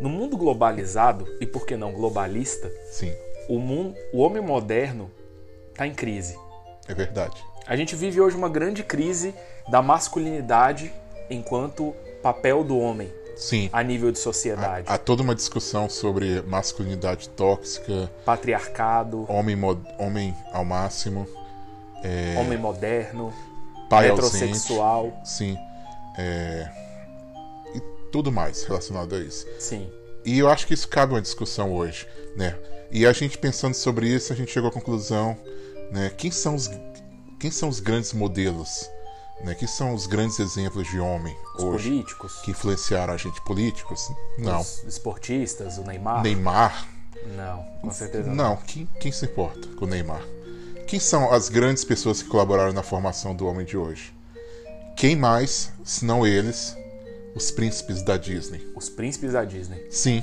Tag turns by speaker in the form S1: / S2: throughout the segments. S1: No mundo globalizado, e por que não globalista,
S2: Sim,
S1: o, mundo, o homem moderno está em crise.
S2: é verdade.
S1: A gente vive hoje uma grande crise da masculinidade enquanto papel do homem
S2: Sim.
S1: a nível de sociedade.
S2: Há toda uma discussão sobre masculinidade tóxica,
S1: Patriarcado,
S2: homem, mo- homem ao máximo,
S1: homem moderno,
S2: É. pai ausente.
S1: heterossexual.
S2: Sim. é, E tudo mais relacionado a isso.
S1: Sim,
S2: E eu acho que isso cabe uma discussão hoje, né? E a gente pensando sobre isso, a gente chegou à conclusão, né? Quem são os, quem são os grandes modelos? Né? Quem são os grandes exemplos de homem
S1: os
S2: hoje
S1: políticos,
S2: que influenciaram a gente? Políticos? Não.
S1: os esportistas, o Neymar.
S2: Neymar?
S1: Não, com certeza não.
S2: Não. Quem, quem se importa com o Neymar? Quem são as grandes pessoas que colaboraram na formação do homem de hoje? Quem mais, se não eles, os príncipes da Disney?
S1: Os príncipes da Disney.
S2: Sim.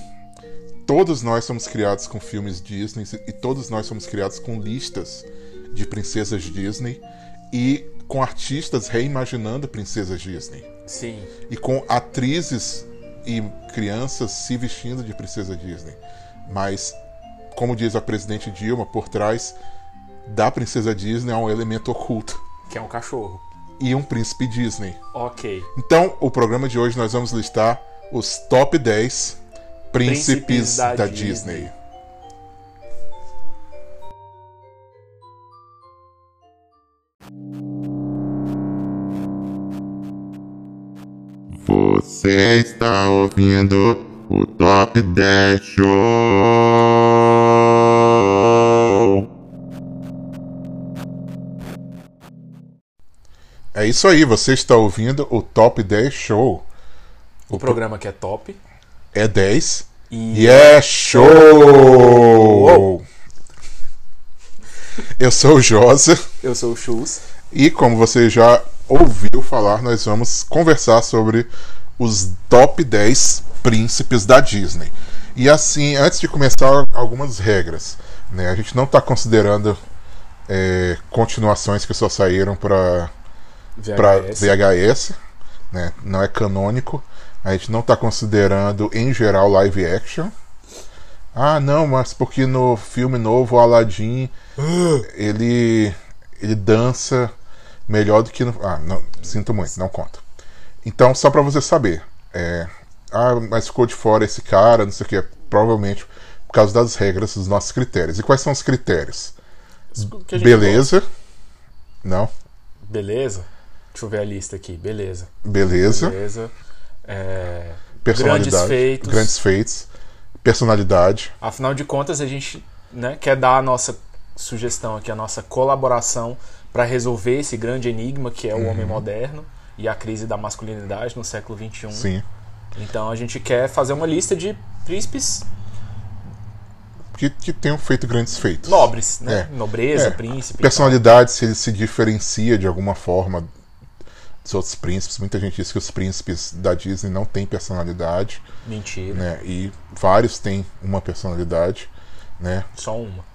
S2: Todos nós somos criados com filmes Disney e todos nós somos criados com listas de princesas Disney e com artistas reimaginando princesas Disney
S1: Sim,
S2: e com atrizes e crianças se vestindo de princesa Disney. Mas, como diz a presidente Dilma, por trás da princesa Disney há um elemento oculto
S1: que é um cachorro.
S2: e um príncipe Disney.
S1: Ok.
S2: Então, o programa de hoje nós vamos listar os top 10 príncipes,
S1: Príncipes da
S2: da,
S1: Disney.
S2: Disney.
S3: Você está ouvindo o Top 10 Show.
S2: É isso aí, você está ouvindo o Top 10 Show.
S1: O programa que é top.
S2: É 10
S1: E
S2: e é show! Eu sou o Josa
S1: eu sou o Chus.
S2: e, como você já ouviu falar, nós vamos conversar sobre os top 10 príncipes da Disney. E assim, antes de começar, algumas regras. Né? A gente não está considerando é, continuações que só saíram para
S1: VHS.
S2: para VHS, né? Não é canônico. A gente não tá considerando em geral live action. Ah, não, mas porque no filme novo o Aladdin
S1: Ah!
S2: ele ele dança melhor do que no Ah, não, sinto muito, não conta. Então, só pra você saber, é, ah, mas ficou de fora esse cara, não sei o que, provavelmente por causa das regras, dos nossos critérios. E quais são os critérios?
S1: Que a gente
S2: Beleza? Não.
S1: gosta. Beleza. Deixa eu ver a lista aqui. Beleza.
S2: Beleza.
S1: Beleza. É,
S2: personalidade,
S1: Grandes feitos.
S2: grandes feitos, personalidade,
S1: Afinal de contas, a gente né, quer dar a nossa sugestão aqui, a nossa colaboração para resolver esse grande enigma que é
S2: Uhum.
S1: o homem moderno e a crise da masculinidade no século XXI.
S2: sim.
S1: Então a gente quer fazer uma lista de príncipes
S2: Que, que tenham feito grandes feitos.
S1: nobres, né?
S2: É.
S1: Nobreza,
S2: É.
S1: príncipe.
S2: Personalidade, se ele se diferencia de alguma forma dos outros príncipes. Muita gente diz que os príncipes da Disney não têm personalidade,
S1: Mentira,
S2: né? E vários têm uma personalidade, né?
S1: só uma.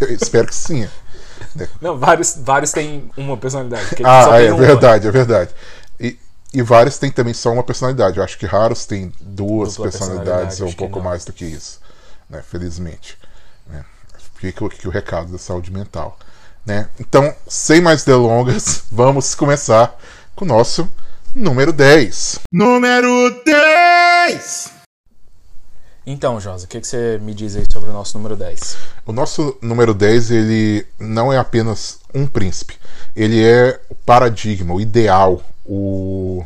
S2: Eu espero que sim.
S1: Não, vários, vários têm uma personalidade. porque só
S2: Ah,
S1: tem
S2: é
S1: uma.
S2: verdade, é verdade. E, e vários têm também só uma personalidade. Eu acho que raros têm duas
S1: Dupla
S2: personalidades
S1: personalidade,
S2: ou um
S1: acho que
S2: pouco
S1: não.
S2: mais do que isso, né? Felizmente. né? Fica aqui o recado da saúde mental. Né? Então, sem mais delongas, vamos começar com o nosso número 10.
S3: Número 10!
S1: Então, Josa, o que, que você me diz aí sobre o nosso número 10?
S2: O nosso número 10, ele não é apenas um príncipe. Ele é o paradigma, o ideal, o.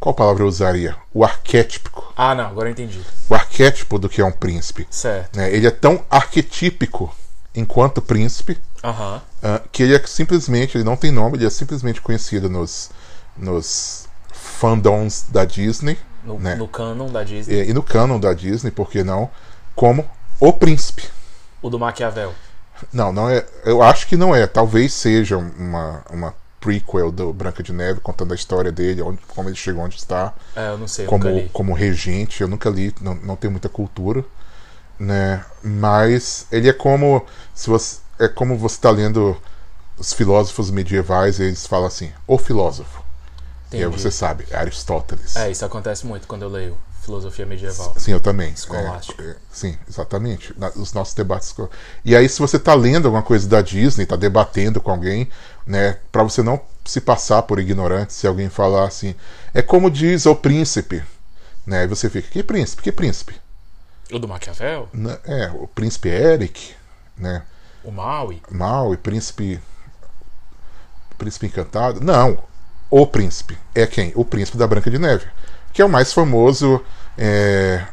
S2: Qual palavra eu usaria? O arquétipo.
S1: Ah, não, agora eu entendi.
S2: o arquétipo do que é um príncipe.
S1: Certo.
S2: né? Ele é tão arquetípico enquanto príncipe
S1: Aham.
S2: ah, que ele é simplesmente, ele não tem nome, ele é simplesmente conhecido nos, nos fandoms da Disney
S1: No,
S2: Né.
S1: no canon da Disney.
S2: e, e no canon da Disney, por que não, como o príncipe.
S1: O do Maquiavel.
S2: Não, não é. Eu acho que não é. Talvez seja uma, uma prequel do Branca de Neve contando a história dele, onde, como ele chegou onde está.
S1: É, eu não sei, eu nunca
S2: como,
S1: li.
S2: como regente, eu nunca li, não, não tenho muita cultura, né? Mas ele é como se você é como você está lendo os filósofos medievais, eles falam assim, o filósofo. E aí
S1: Entendi.
S2: você sabe, é Aristóteles.
S1: É, isso acontece muito quando eu leio filosofia medieval.
S2: Sim, eu também.
S1: Escolástico.
S2: É, é, sim, exatamente. Na- os nossos debates. esco- E aí, se você tá lendo alguma coisa da Disney, tá debatendo com alguém, né, para você não se passar por ignorante, se alguém falar assim, é como diz o príncipe, né, aí você fica, que príncipe, que príncipe?
S1: O do Maquiavel,
S2: N- É, o príncipe Eric, né,
S1: o Maui.
S2: mal e príncipe, príncipe encantado. Não, o príncipe é quem? O príncipe da Branca de Neve, que é o mais famoso, é,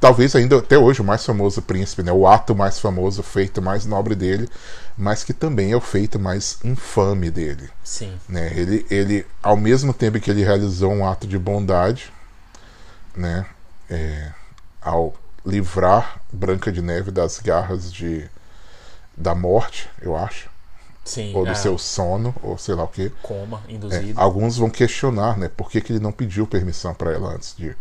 S2: talvez ainda até hoje o mais famoso príncipe, né? O ato mais famoso, o feito mais nobre dele, mas que também é o feito mais infame dele
S1: Sim.
S2: né? Ele, ele, ao mesmo tempo que ele realizou um ato de bondade, né? é, ao livrar Branca de Neve das garras de da morte, eu acho,
S1: Sim.
S2: ou do
S1: é,
S2: seu é, sono, ou sei lá o que.
S1: Coma induzido.
S2: Alguns vão questionar, né? Por que, que ele não pediu permissão para ela antes de,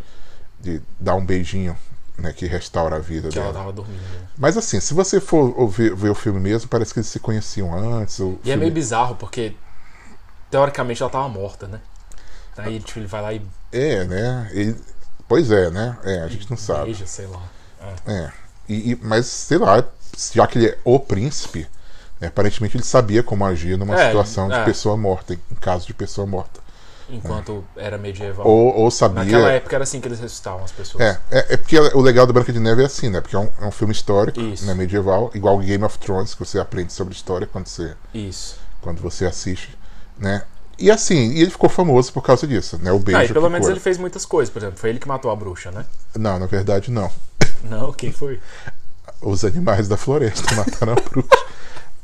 S2: de dar um beijinho, né? Que restaura a vida
S1: que ela
S2: dela.
S1: tava dormindo. né?
S2: Mas assim, se você for ouvir, ver o filme mesmo, parece que eles se conheciam antes. O
S1: E é
S2: filme-
S1: meio bizarro, porque teoricamente ela tava morta, né?
S2: Ah.
S1: Aí tipo, ele vai lá e
S2: É, né? Ele- Pois é, né? É, a gente não sabe.
S1: beija, sei lá. É.
S2: É. E, e- mas, sei lá, já que ele é o príncipe, né, aparentemente ele sabia como agir numa
S1: É,
S2: situação de
S1: é.
S2: pessoa morta, em em caso de pessoa morta.
S1: Enquanto era medieval.
S2: Ou, ou sabia.
S1: Naquela época era assim que eles ressuscitavam as pessoas.
S2: É, é, é porque o legal do Branca de Neve é assim, né? Porque é um, é um filme histórico,
S1: Isso.
S2: né, medieval, igual Game of Thrones, que você aprende sobre história quando você,
S1: Isso.
S2: quando você assiste, né? E assim, e ele ficou famoso por causa disso, né? O beijo.
S1: Ah, e pelo
S2: que
S1: menos
S2: cura.
S1: ele fez muitas coisas, por exemplo, foi ele que matou a bruxa, né?
S2: Não, na verdade, não.
S1: Não, quem foi?
S2: Os animais da floresta mataram a bruxa.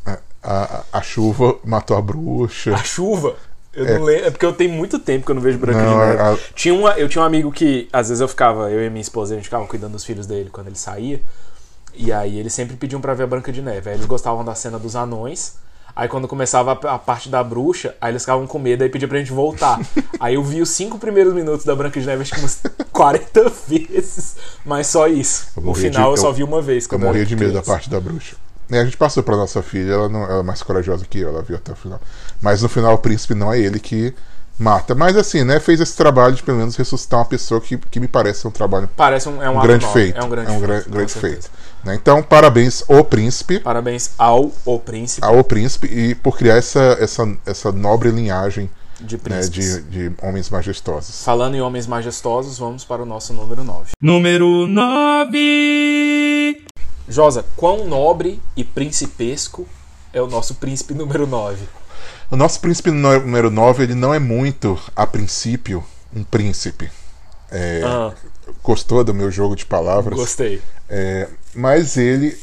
S2: A- a- a chuva matou a bruxa.
S1: A chuva. Eu não lembro. É porque eu tenho muito tempo que eu não vejo Branca
S2: Não,
S1: de Neve.
S2: a-
S1: Tinha uma, eu tinha um amigo que, às vezes, eu ficava, eu e minha esposa, a gente ficava cuidando dos filhos dele quando ele saía. E aí eles sempre pediam pra ver a Branca de Neve. Aí eles gostavam da cena dos anões. Aí quando começava a a parte da bruxa, aí eles ficavam com medo, aí pedia pra gente voltar. aí eu vi os cinco primeiros minutos da Branca de Neve, acho que umas 40 vezes. Mas só isso.
S2: Eu
S1: O
S2: morria de-
S1: final eu, só
S2: eu-
S1: vi uma vez.
S2: Eu
S1: quando
S2: morria
S1: era
S2: de medo da
S1: criança.
S2: parte da bruxa. E a gente passou pra nossa filha, ela, não, ela é mais corajosa que eu, ela viu até o final. Mas no final o príncipe não é ele que mata. Mas assim, né, fez esse trabalho de pelo menos ressuscitar uma pessoa que, que me parece um trabalho
S1: Parece um, é um
S2: um
S1: ato
S2: grande
S1: nobre.
S2: feito.
S1: É um grande,
S2: gran-
S1: feito, com
S2: grande
S1: certeza.
S2: feito. Né, Então, parabéns ao príncipe,
S1: Parabéns ao o príncipe
S2: ao príncipe, e por criar essa, essa, essa nobre linhagem
S1: de
S2: né,
S1: príncipes.
S2: de, de homens majestosos.
S1: Falando em homens majestosos, vamos para o nosso número 9.
S4: Número 9.
S1: Josa, quão nobre e principesco é o nosso príncipe número 9?
S2: O nosso príncipe no- número 9, ele não é muito, a princípio, um príncipe. É,
S1: Ah,
S2: gostou do meu jogo de palavras.
S1: gostei.
S2: É, mas ele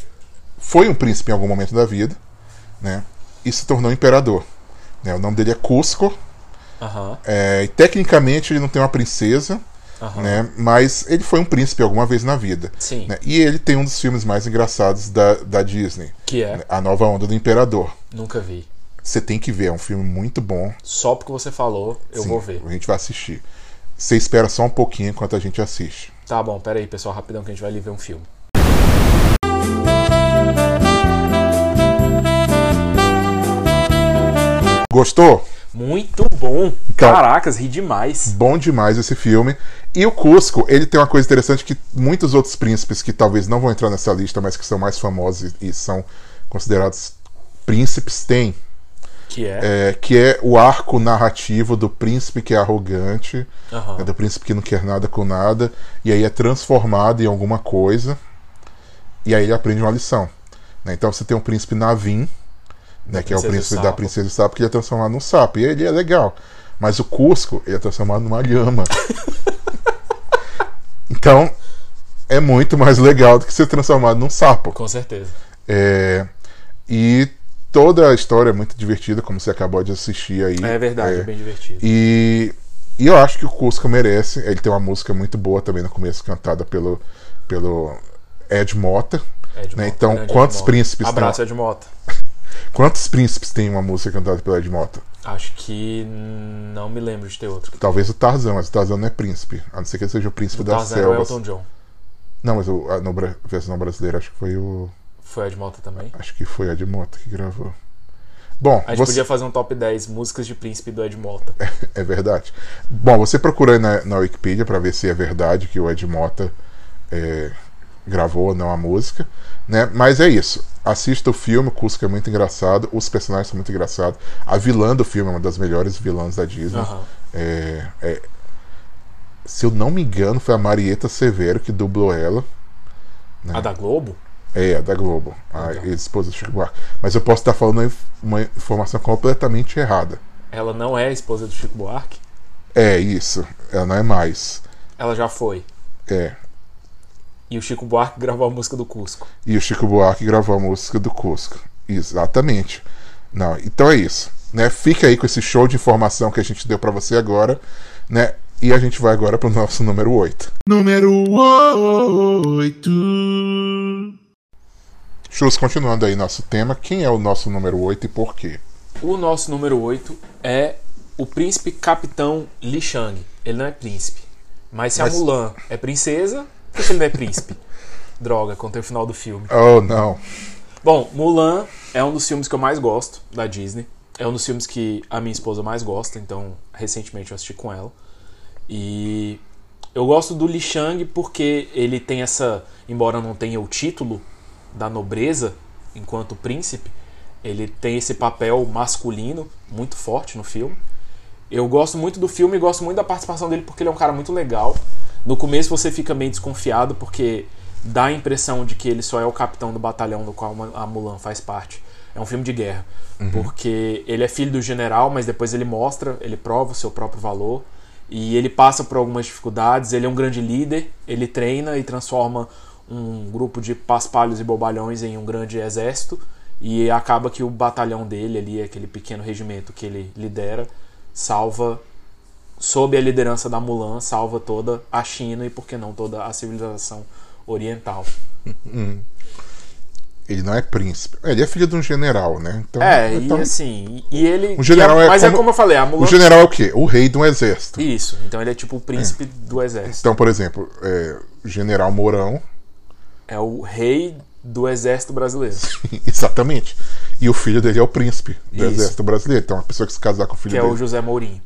S2: foi um príncipe em algum momento da vida, né? E se tornou imperador. né? O nome dele é Cusco.
S1: Aham.
S2: é, e tecnicamente ele não tem uma princesa,
S1: Aham.
S2: né? Mas ele foi um príncipe alguma vez na vida.
S1: Sim.
S2: né? E ele tem um dos filmes mais engraçados da, da Disney.
S1: Que é?
S2: né? A Nova Onda do Imperador.
S1: Nunca vi.
S2: Você tem que ver, é um filme muito bom.
S1: Só porque você falou, eu
S2: Sim,
S1: vou ver.
S2: A gente vai assistir. Você espera só um pouquinho enquanto a gente assiste.
S1: Tá bom, pera aí, pessoal, rapidão que a gente vai ali ver um filme.
S2: Gostou?
S1: Muito bom!
S2: Então-
S1: Caracas, ri demais.
S2: Bom demais esse filme. E o Cusco, ele tem uma coisa interessante que muitos outros príncipes que talvez não vão entrar nessa lista, mas que são mais famosos e e são considerados príncipes, têm.
S1: Que é?
S2: É, que é o arco narrativo do príncipe que é arrogante,
S1: Aham.
S2: né, do príncipe que não quer nada com nada, e aí é transformado em alguma coisa, e aí ele aprende uma lição. né? Então você tem um príncipe Navin, né, que é o
S1: princesa do
S2: príncipe da
S1: sapo.
S2: princesa do sapo, que ele é transformado num sapo, e ele é legal. Mas o Cusco, ele é transformado numa lhama. então, é muito mais legal do que ser transformado num sapo.
S1: Com certeza.
S2: É, e toda a história é muito divertida, como você acabou de assistir aí.
S1: É verdade, é, bem divertido.
S2: E, e eu acho que o Cusco merece. Ele tem uma música muito boa também no começo, cantada pelo, pelo Ed Mota.
S1: Ed
S2: né,
S1: Mota,
S2: então,
S1: grande Ed
S2: quantos
S1: Mota.
S2: príncipes tem-
S1: Abraço, Ed Mota.
S2: Quantos príncipes tem uma música cantada pelo Ed Mota?
S1: Acho que hum, não me lembro de ter outro.
S2: Talvez o Tarzan, mas o Tarzan não é príncipe. A não ser que ele seja o príncipe das
S1: Tarzan era o
S2: selvas.
S1: Elton John.
S2: Não, mas o, a, no, bra- versão brasileira acho que foi o.
S1: Foi o Ed Mota também?
S2: Acho que foi Ed Mota que gravou. Bom,
S1: A gente
S2: você...
S1: podia fazer um top 10 músicas de príncipe do Ed Mota.
S2: É verdade. Bom, você procura aí na, na Wikipedia para ver se é verdade que o Ed Mota é, gravou ou não a música, né? Mas é isso. Assista o filme, o Cusco é muito engraçado, os personagens são muito engraçados. A vilã do filme é uma das melhores vilãs da Disney.
S1: Aham.
S2: É- é- se eu não me engano, foi a Marieta Severo que dublou ela.
S1: A da Globo?
S2: É, a da Globo, a
S1: Legal.
S2: ex-esposa do Chico Buarque. Mas eu posso estar falando uma inf- uma informação completamente errada.
S1: Ela não é a esposa do Chico Buarque?
S2: É isso, ela não é mais.
S1: Ela já foi.
S2: É,
S1: E o Chico Buarque gravou a música do Cusco.
S2: E o Chico Buarque gravou a música do Cusco. Exatamente. Não, então é isso. Né? Fica aí com esse show de informação que a gente deu pra você agora, né? E a gente vai agora pro nosso número 8.
S3: Número 8.
S2: Chus, continuando aí nosso tema, quem é o nosso número 8 e por quê?
S1: O nosso número 8 é o príncipe capitão Li Shang. Ele não é príncipe. Mas se
S2: Mas-
S1: a Mulan é princesa, por que ele não é príncipe? Droga, contei o final do filme.
S2: Oh, não.
S1: Bom, Mulan é um dos filmes que eu mais gosto da Disney. É um dos filmes que a minha esposa mais gosta, então recentemente eu assisti com ela. E eu gosto do Li Shang porque ele tem essa, embora não tenha o título da nobreza enquanto príncipe, ele tem esse papel masculino muito forte no filme. Eu gosto muito do filme e gosto muito da participação dele porque ele é um cara muito legal. No começo você fica meio desconfiado porque dá a impressão de que ele só é o capitão do batalhão do qual a Mulan faz parte. É um filme de guerra. Porque ele é filho do general, mas depois ele mostra, ele prova o seu próprio valor. E ele passa por algumas dificuldades. Ele é um grande líder, ele treina e transforma um grupo de paspalhos e bobalhões em um grande exército. E acaba que o batalhão dele ali, aquele pequeno regimento que ele lidera, salva, sob a liderança da Mulan, salva toda a China e, por que não, toda a civilização oriental.
S2: Ele não é príncipe. É, Ele é filho de um general, né? Então,
S1: É, e
S2: então,
S1: assim, e ele...
S2: O general
S1: e
S2: é
S1: mas
S2: como-
S1: é como eu falei, a
S2: O
S1: Mulan...
S2: general é o quê? O rei de um exército.
S1: Isso, então ele é tipo o príncipe do exército.
S2: Então, por exemplo, é, o general Mourão,
S1: É
S2: Então-
S1: o rei do exército brasileiro.
S2: exatamente. E o filho dele é o príncipe do
S1: Isso.
S2: exército brasileiro. Então, uma pessoa que se casar com o filho
S1: Que é
S2: dele.
S1: o José Mourinho.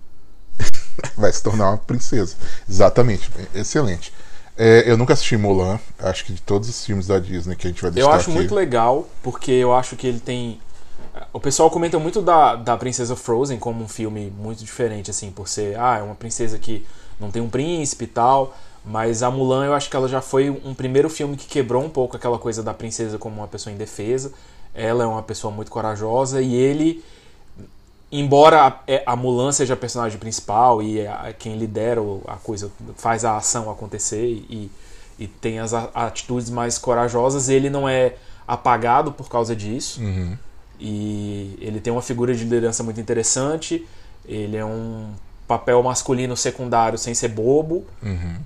S2: vai se tornar uma princesa. Exatamente. Excelente. É, eu nunca assisti Mulan. Acho que de todos os filmes da Disney que a gente vai
S1: Eu
S2: destacar
S1: acho muito legal, porque eu acho que ele tem. O pessoal comenta muito da, da Princesa Frozen como um filme muito diferente, assim, por ser. Ah, é uma princesa que não tem um príncipe e tal. Mas a Mulan, eu acho que ela já foi um primeiro filme que quebrou um pouco aquela coisa da princesa como uma pessoa indefesa. Ela é uma pessoa muito corajosa e ele embora a- é- a Mulan seja a personagem principal e é a- quem lidera o- a coisa, faz a ação acontecer e, e tem as a- atitudes mais corajosas, ele não é apagado por causa disso.
S2: Uhum.
S1: E ele tem uma figura de liderança muito interessante. Ele é um papel masculino secundário sem ser bobo.
S2: Uhum.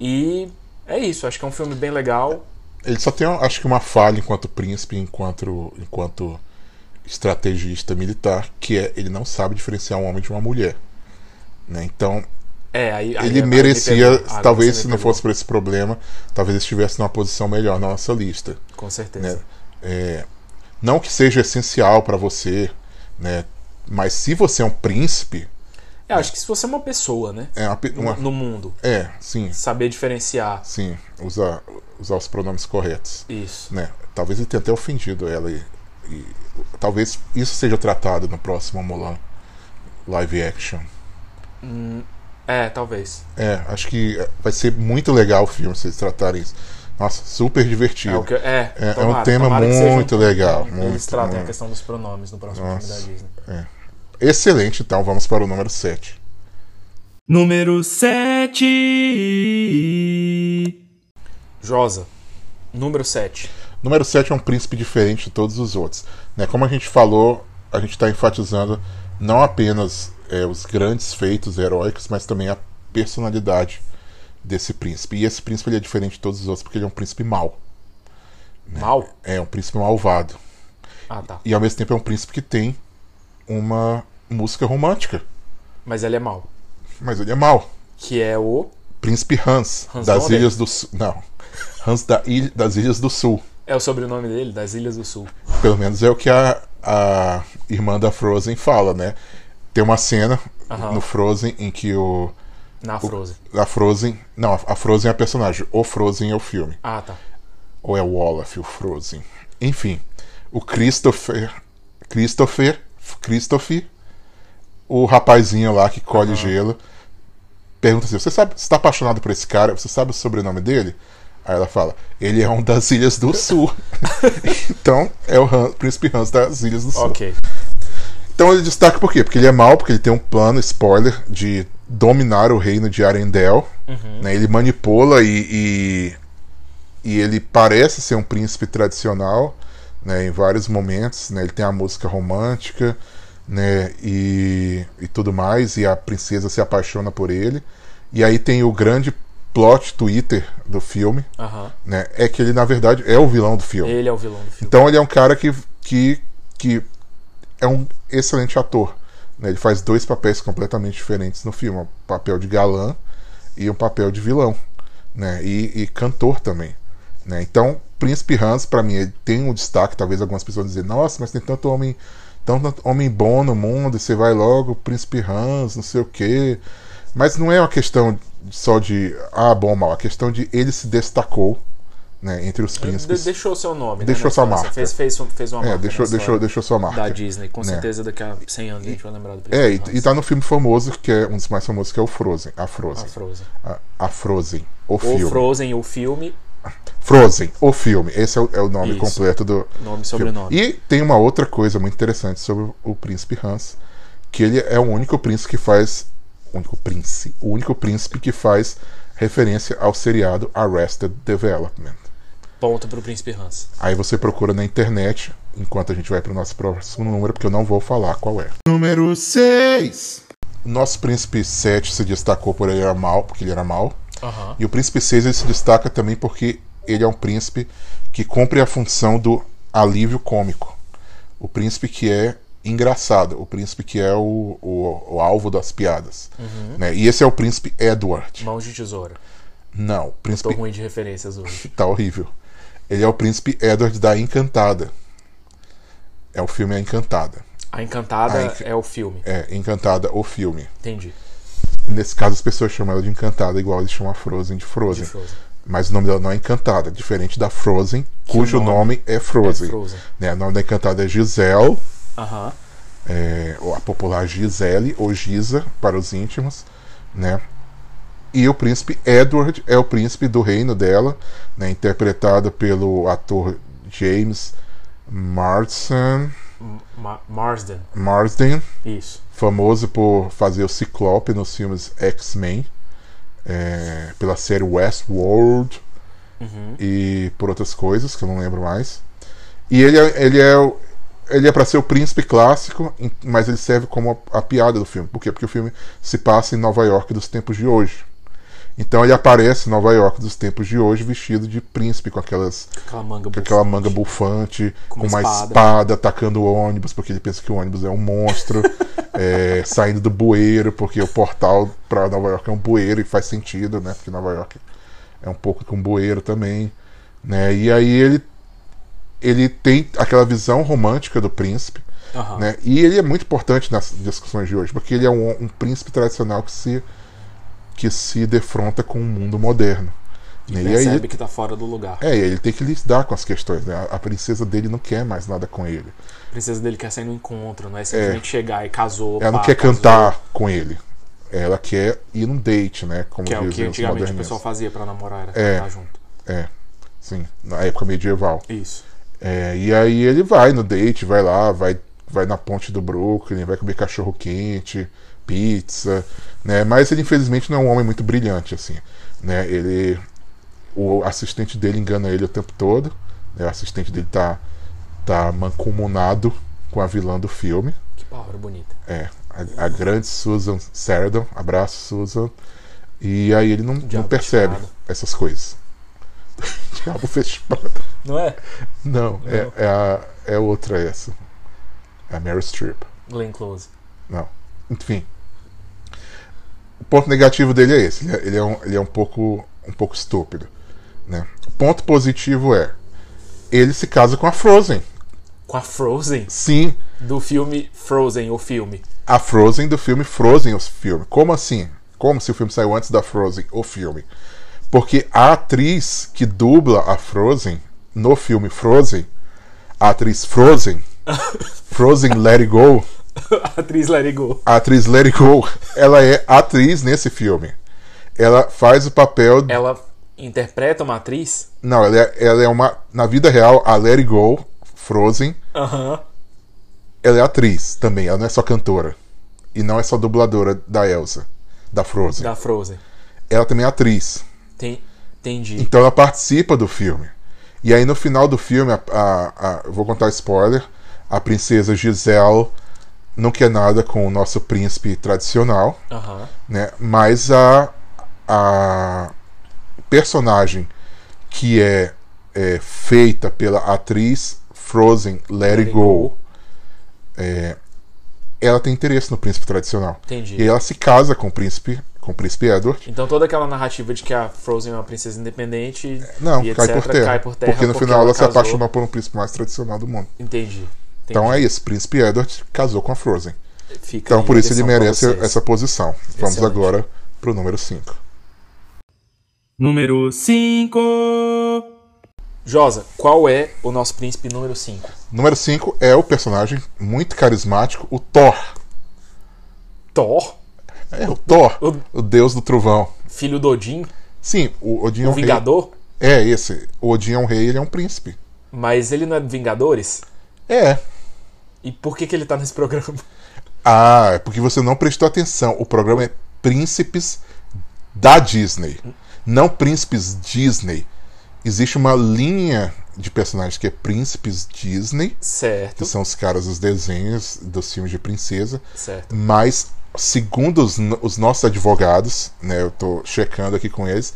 S1: E é isso, acho que é um filme bem legal.
S2: Ele só tem, acho que, uma falha enquanto príncipe, enquanto, enquanto estrategista militar, que é ele não sabe diferenciar um homem de uma mulher. né? Então,
S1: É, aí, aí-
S2: ele
S1: aí me
S2: merecia,
S1: pegou. Ah, Agora
S2: talvez
S1: você
S2: se
S1: me
S2: não
S1: pegou.
S2: fosse por esse problema, talvez ele estivesse numa posição melhor na nossa lista.
S1: Com certeza.
S2: né? É, não que seja essencial pra você, né? mas se você é um príncipe,
S1: É, acho que se você é uma pessoa, né?
S2: é uma, pe-
S1: no-
S2: uma-
S1: no mundo.
S2: É, sim,
S1: saber diferenciar
S2: sim. Usar, usar os pronomes corretos.
S1: isso.
S2: Né? Talvez ele tenha até ofendido ela e, e- talvez isso seja tratado no próximo Mulan live action.
S1: É, talvez.
S2: É, acho que é, vai ser muito legal o filme se eles tratarem isso. Nossa, super divertido.
S1: É, o que, é,
S2: É- é um
S1: tomara,
S2: tema
S1: tomara que seja um
S2: muito legal,
S1: Eles
S2: muito,
S1: tratem
S2: muito.
S1: a questão dos pronomes no próximo filme
S2: Nossa.
S1: da Disney.
S2: Excelente, então vamos para o número 7.
S4: Número 7.
S1: Josa, número 7.
S2: Número 7 é um príncipe diferente de todos os outros. Né? Como a gente falou, a gente está enfatizando não apenas é, os grandes feitos heróicos, mas também a personalidade desse príncipe. E esse príncipe ele é diferente de todos os outros porque ele é um príncipe mau.
S1: Mal?
S2: É um príncipe malvado.
S1: Ah, tá.
S2: E ao mesmo tempo é um príncipe que tem uma música romântica.
S1: Mas ele é mal.
S2: Mas ele é mau.
S1: Que é o.
S2: Príncipe Hans,
S1: Hans
S2: das
S1: Donner?
S2: Ilhas do Sul. Não. Hans da ilha, das Ilhas do Sul.
S1: É o sobrenome dele, das Ilhas do Sul.
S2: Pelo menos é o que a, a irmã da Frozen fala, né? Tem uma cena no Frozen em que o.
S1: Na Frozen.
S2: A Frozen. Não, a Frozen é a personagem. O Frozen é o filme.
S1: Ah, tá.
S2: Ou é o Olaf, o Frozen. Enfim, o Christopher. Christopher. Christopher. O rapazinho lá que colhe gelo. Pergunta assim: Você sabe. Você tá apaixonado por esse cara? Você sabe o sobrenome dele? Aí ela fala: Ele é um das Ilhas do Sul. então, é o Han- príncipe Hans das Ilhas do Sul.
S1: Ok.
S2: Então ele destaca por quê? Porque ele é mau, porque ele tem um plano, spoiler, de dominar o reino de Arendelle. né? Ele manipula e, e, e ele parece ser um príncipe tradicional né? em vários momentos. Né? Ele tem a música romântica né? e, e tudo mais, e a princesa se apaixona por ele. E aí tem o grande plot Twitter do filme,
S1: Aham.
S2: né? é que ele, na verdade, é o vilão do filme.
S1: Ele é o vilão do filme.
S2: Então ele é um cara que, que, que é um excelente ator. né? Ele faz dois papéis completamente diferentes no filme: um papel de galã e um papel de vilão. Né? E, e cantor também. Né? Então, Príncipe Hans, pra mim, ele tem um destaque. Talvez algumas pessoas dizem: Nossa, mas tem tanto homem, tanto homem bom no mundo, e você vai logo, Príncipe Hans, não sei o quê. Mas não é uma questão só de ah, bom ou mal, é uma questão de ele se destacou né, entre os
S1: De
S2: príncipes.
S1: deixou seu nome, né?
S2: Deixou
S1: na
S2: sua
S1: história.
S2: marca.
S1: Fez, fez, fez uma
S2: É,
S1: marca.
S2: deixou,
S1: na história
S2: deixou, deixou sua marca.
S1: Da Disney. Com
S2: Né.
S1: certeza daqui a 100 anos a gente vai lembrar do
S2: É,
S1: Príncipe
S2: e, e tá no filme famoso, que é um dos mais famosos, que é o Frozen. A
S1: Hans.
S2: Frozen.
S1: A Frozen.
S2: A, a Frozen. O
S1: Ou
S2: filme.
S1: Frozen, o filme,
S2: Frozen, o filme. Esse é o, é o nome
S1: Isso.
S2: completo do.
S1: nome e
S2: filme.
S1: sobrenome.
S2: E tem uma outra coisa muito interessante sobre o príncipe Hans, que ele é o único príncipe que faz. O único príncipe. O único príncipe que faz referência ao seriado Arrested Development.
S1: Ponto pro Príncipe Hans.
S2: Aí você procura na internet, enquanto a gente vai pro nosso próximo número, porque eu não vou falar qual é.
S3: Número 6.
S2: O nosso príncipe 7 se destacou por ele era mal, porque ele era mal.
S1: Aham.
S2: E o príncipe 6 ele se destaca também porque ele é um príncipe que cumpre a função do alívio cômico. O príncipe que é engraçado, o príncipe que é o, o, o alvo das piadas. né? E esse é o príncipe Edward.
S1: Mãos de tesoura.
S2: Não, o príncipe
S1: Tô ruim de referências hoje.
S2: tá horrível. Ele é o príncipe Edward da Encantada. É o filme A Encantada.
S1: A Encantada
S2: A Enc-
S1: é o filme.
S2: É, Encantada, o filme.
S1: Entendi.
S2: Nesse caso, as pessoas chamam ela de Encantada, igual eles chamam a Frozen de Frozen.
S1: De Frozen.
S2: Mas o nome dela não é Encantada, diferente da Frozen, cujo
S1: nome
S2: nome, é Frozen.
S1: É Frozen.
S2: Né, o nome da Encantada é Giselle,
S1: Aham.
S2: é, ou a popular Gisele, ou Giza, para os íntimos. Né? E o príncipe Edward é o príncipe do reino dela, né, interpretado pelo ator James Marsden,
S1: Ma- Marsden.
S2: Marsden
S1: Isso.
S2: famoso por fazer o Ciclope nos filmes X-Men, é, pela série Westworld e por outras coisas que eu não lembro mais. E ele é, ele é, o- ele é para ser o príncipe clássico, em- mas ele serve como a, a piada do filme. Por quê? Porque o filme se passa em Nova York dos tempos de hoje. Então ele aparece em Nova York dos tempos de hoje vestido de príncipe com aquelas
S1: Aquela manga
S2: com aquela manga bufante, com uma,
S1: uma
S2: espada.
S1: espada.
S2: atacando o ônibus, porque ele pensa que o ônibus é um monstro, é, saindo do bueiro, porque o portal para Nova York é um bueiro, e faz sentido, né? Porque Nova York é um pouco com um bueiro também, né? E aí ele, ele tem aquela visão romântica do príncipe,
S1: Aham.
S2: né? E ele é muito importante nas discussões de hoje, porque ele é um, um príncipe tradicional que se, que se defronta com o mundo moderno. né? E aí ele
S1: Percebe que tá fora do lugar.
S2: é, ele tem que lidar com as questões, né? A- A princesa dele não quer mais nada com ele.
S1: A princesa dele quer sair no encontro, não é simplesmente chegar e casou.
S2: Ela não
S1: pá,
S2: quer
S1: casou,
S2: cantar com ele. Ela quer ir num date, né? Como
S1: Que é o que
S2: dizem os
S1: antigamente o
S2: modernistas.
S1: pessoal fazia pra namorar, era
S2: É.
S1: cantar junto.
S2: É, sim, na época medieval.
S1: Isso.
S2: É, e aí ele vai no date, vai lá, vai, vai na ponte do Brooklyn, vai comer cachorro quente, pizza, né? Mas ele infelizmente não é um homem muito brilhante assim, né? Ele o assistente dele engana ele o tempo todo, né? O assistente dele tá tá mancomunado com a vilã do filme,
S1: Que palavra bonita.
S2: é a, a grande Susan Sarandon, abraço Susan. E aí ele não, não
S1: Diabo
S2: percebe
S1: fechado.
S2: essas coisas. Diabo fechado.
S1: Não é?
S2: Não, é, é, a, é outra essa. É a Meryl Streep.
S1: Glenn Close.
S2: Não. Enfim. O ponto negativo dele é esse. Ele é, ele é um, ele é um pouco um pouco estúpido. Né? O ponto positivo é. Ele se casa com a Frozen.
S1: Com a Frozen?
S2: Sim.
S1: do filme Frozen, o filme.
S2: A Frozen do filme Frozen, o filme. Como assim? Como se o filme saiu antes da Frozen, o filme? Porque a atriz que dubla a Frozen no filme Frozen, a atriz Frozen, Frozen Let It Go,
S1: A atriz Larigou.
S2: a atriz Let It Go, ela é atriz nesse filme. Ela faz o papel.
S1: Ela interpreta uma atriz?
S2: Não, ela é, ela é uma. Na vida real, a Let It Go, Frozen,
S1: Aham.
S2: ela é atriz também. Ela não é só cantora. E não é só dubladora da Elsa, da Frozen.
S1: Da Frozen.
S2: Ela também é atriz.
S1: Tem, entendi.
S2: Então ela participa do filme. E aí no final do filme, a, a- a- eu vou contar spoiler, a princesa Giselle não quer nada com o nosso príncipe tradicional,
S1: Aham.
S2: né? Mas a, a personagem que é, é, feita pela atriz Frozen Let, It Go, é, ela tem interesse no príncipe tradicional.
S1: Entendi.
S2: E aí ela se casa com o príncipe, com o príncipe Edward.
S1: Então toda aquela narrativa de que a Frozen é uma princesa independente
S2: Não,
S1: e
S2: cai,
S1: etc,
S2: por terra,
S1: cai por terra.
S2: Porque no final ela, se
S1: casou.
S2: apaixonou por um príncipe mais tradicional do mundo.
S1: Entendi. Entendi.
S2: Então é isso, príncipe Edward casou com a Frozen.
S1: Fica
S2: Então
S1: aí
S2: por
S1: a
S2: isso ele
S1: lição pra
S2: merece
S1: vocês.
S2: essa posição. Vamos
S1: Excelente.
S2: agora pro número 5.
S4: Número 5.
S1: Josa, qual é o nosso príncipe número 5?
S2: Número 5 é o personagem muito carismático, o Thor.
S1: Thor,
S2: É, o Thor,
S1: o-
S2: o deus do trovão.
S1: filho do Odin,
S2: Sim, o Odin é um
S1: o Vingador,
S2: rei. É esse. O Odin é um rei, ele é um príncipe.
S1: mas ele não é do Vingadores?
S2: É.
S1: E por que, que ele tá nesse programa?
S2: Ah, é porque você não prestou atenção. O programa é Príncipes da Disney, não Príncipes Disney. Existe uma linha de personagens que é Príncipes Disney,
S1: Certo,
S2: que são os caras dos desenhos, dos filmes de princesa,
S1: certo.
S2: mas segundo os, no- os nossos advogados, né, eu tô checando aqui com eles,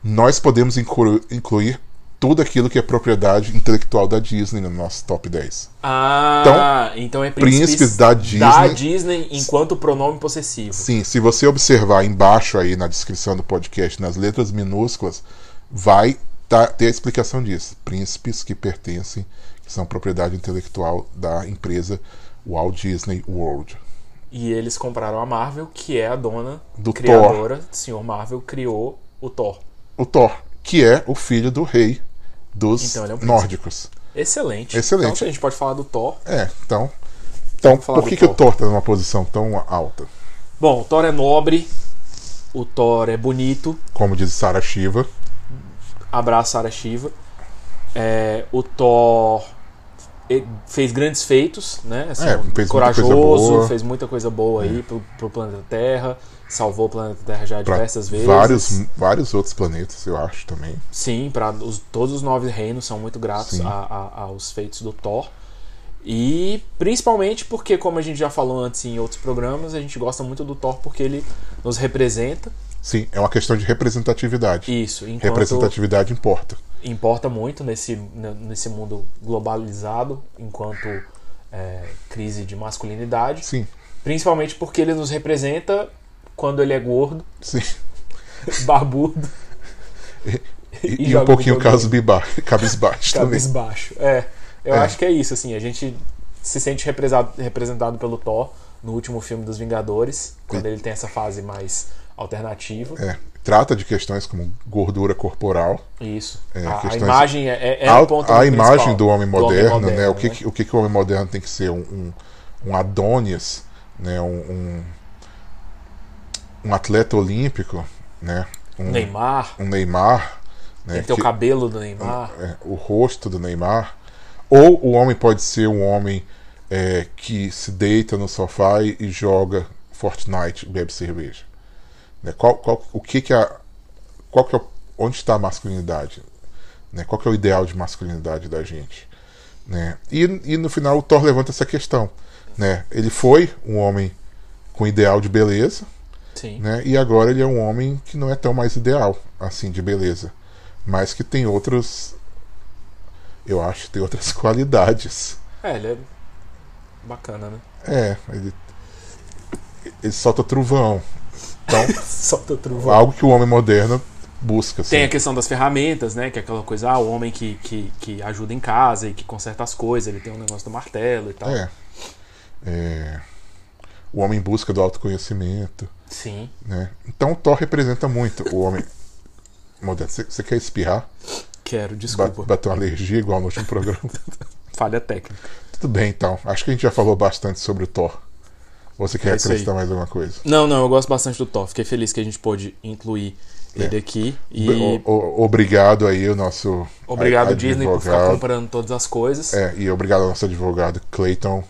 S2: nós podemos inclu- incluir tudo aquilo que é propriedade intelectual da Disney no nosso top 10.
S1: Ah, então, é príncipes,
S2: príncipes da Disney-
S1: da Disney enquanto pronome possessivo.
S2: Sim, se você observar embaixo aí na descrição do podcast, nas letras minúsculas, vai tá- ter a explicação disso. Príncipes que pertencem, que são propriedade intelectual da empresa Walt Disney World.
S1: E eles compraram a Marvel, que é a dona
S2: Do
S1: criadora, Thor. Senhor Marvel criou o Thor.
S2: O Thor, que é o filho do rei dos
S1: Então, ele é um príncipe.
S2: nórdicos.
S1: Excelente.
S2: Excelente.
S1: Então, se a gente pode falar do Thor.
S2: É, então. Então,
S1: falar
S2: por que,
S1: do
S2: que o
S1: Thor.
S2: Thor está numa posição tão alta?
S1: Bom, o Thor é nobre, o Thor é bonito,
S2: Como diz Sarah Shiva,
S1: abraço Sara Shiva. É, o Thor e- fez grandes feitos, né? Assim,
S2: É, fez muita
S1: corajoso,
S2: coisa boa. É.
S1: fez muita coisa boa aí pro, pro planeta Terra, salvou o planeta Terra já
S2: pra
S1: diversas vezes.
S2: vários, vários outros planetas, eu acho também.
S1: Sim, para os, todos os nove reinos são muito gratos a- a- aos feitos do Thor. E principalmente porque, como a gente já falou antes em outros programas, a gente gosta muito do Thor porque ele nos representa.
S2: Sim, é uma questão de representatividade.
S1: Isso, enquanto
S2: Representatividade importa.
S1: importa muito nesse, n- nesse mundo globalizado, enquanto é, crise de masculinidade.
S2: Sim,
S1: Principalmente porque ele nos representa quando ele é gordo,
S2: sim.
S1: barbudo,
S2: E,
S1: E
S2: e
S1: joga
S2: um pouquinho
S1: videogame.
S2: caso bibar, cabisbaixo também.
S1: cabisbaixo. É, eu
S2: É.
S1: acho que é isso, assim, a gente se sente represado- representado pelo Thor no último filme dos Vingadores, quando ele tem essa fase mais alternativa.
S2: É, trata de questões como gordura corporal,
S1: Isso.
S2: É,
S1: a, a
S2: questões-
S1: imagem é, é, é o ponto
S2: a, a
S1: principal
S2: imagem do homem moderno, né? O que,
S1: né?
S2: que- o que, que o homem moderno tem que ser um, um, um Adonis, né? Um, um, um atleta olímpico, né? Um
S1: Neymar,
S2: um Neymar, né?
S1: tem que ter o
S2: que-
S1: cabelo do Neymar.
S2: é, o rosto do Neymar, ou o homem pode ser um homem é, que se deita no sofá e, e joga Fortnite, e bebe cerveja. Né? Qual, qual- o que que a, qual que é o- onde está a masculinidade? Né? Qual que é o ideal de masculinidade da gente? Né? E, e no final o Thor levanta essa questão. Né? Ele foi um homem com ideal de beleza,
S1: Sim.
S2: né? E agora ele é um homem que não é tão mais ideal, assim, de beleza. Mas que tem outros. Eu acho que tem outras qualidades.
S1: É, ele é bacana, né?
S2: É, ele. Ele solta trovão. Então,
S1: Solta trovão.
S2: Algo que o homem moderno busca. assim.
S1: Tem a questão das ferramentas, né? Que é aquela coisa, ah, o homem que, que, que ajuda em casa e que conserta as coisas, ele tem um negócio do martelo e tal.
S2: É. é, o homem em busca do autoconhecimento,
S1: Sim.
S2: né? Então o Thor representa muito o homem. Modelo, você você quer espirrar?
S1: Quero,
S2: Ba-
S1: desculpa.
S2: Bateu uma alergia igual no último programa?
S1: Falha técnica.
S2: Tudo bem, então. Acho que a gente já falou bastante sobre o Thor. Ou você quer
S1: É isso aí.
S2: acrescentar mais alguma coisa?
S1: Não, não, eu gosto bastante do Thor. Fiquei feliz que a gente pôde incluir
S2: É.
S1: ele aqui. E
S2: O- o- obrigado aí, o nosso.
S1: obrigado,
S2: a-
S1: Disney, por ficar
S2: advogado.
S1: comprando todas as coisas.
S2: É, e obrigado ao nosso advogado Clayton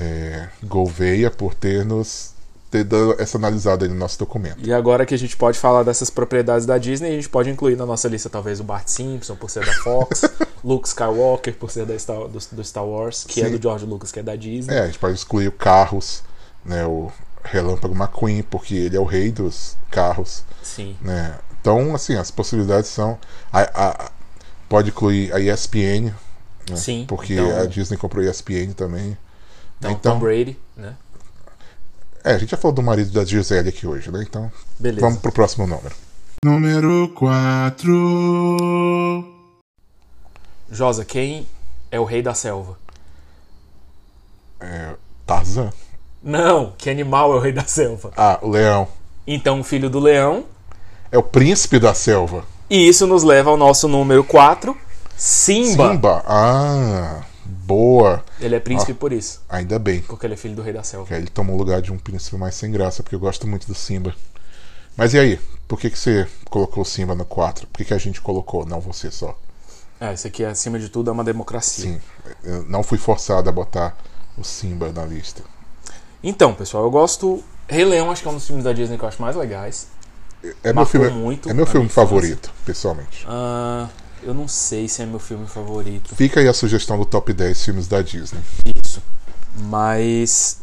S2: é, Gouveia por ter nos ter dado essa analisada aí no nosso documento.
S1: E agora que a gente pode falar dessas propriedades da Disney, a gente pode incluir na nossa lista talvez o Bart Simpson, por ser da Fox, Luke Skywalker, por ser da Star, do, do Star Wars, que é
S2: Sim.
S1: do George Lucas, que é da Disney.
S2: É, a gente pode excluir o Carros, né, o Relâmpago McQueen, porque ele é o rei dos carros,
S1: Sim.
S2: né? Então, assim, as possibilidades são a, a- a- pode incluir a ESPN, né,
S1: Sim,
S2: porque
S1: então-
S2: a Disney comprou a ESPN também.
S1: Então,
S2: Então-
S1: Tom Brady, né?
S2: É, a gente já falou do marido da Gisele aqui hoje, né? Então,
S1: Beleza.
S2: vamos pro próximo número.
S3: Número 4.
S1: Josa, quem é o rei da selva?
S2: É, Tarzan.
S1: Não, que animal é o rei da selva?
S2: Ah, o leão.
S1: Então, o filho do leão.
S2: É o príncipe da selva.
S1: E isso nos leva ao nosso número 4, Simba.
S2: Simba. Ah, boa.
S1: Ele é príncipe por isso,
S2: Ainda bem.
S1: porque ele é filho do rei da selva.
S2: Que aí ele tomou o lugar de um príncipe mais sem graça, porque eu gosto muito do Simba. Mas e aí? Por que, que você colocou o Simba no 4? Por que, que a gente colocou, não você só?
S1: É, isso aqui, acima de tudo, é uma democracia.
S2: Sim, eu não fui forçado a botar o Simba na lista.
S1: Então, pessoal, eu gosto. Rei Leão, acho que é um dos filmes da Disney que eu acho mais legais.
S2: É meu
S1: Marcou
S2: filme,
S1: muito
S2: é meu
S1: a
S2: filme
S1: minha infância.
S2: favorito, pessoalmente.
S1: Ah, eu não sei se é meu filme favorito.
S2: Fica aí a sugestão do top 10 filmes da Disney.
S1: Isso. Mas.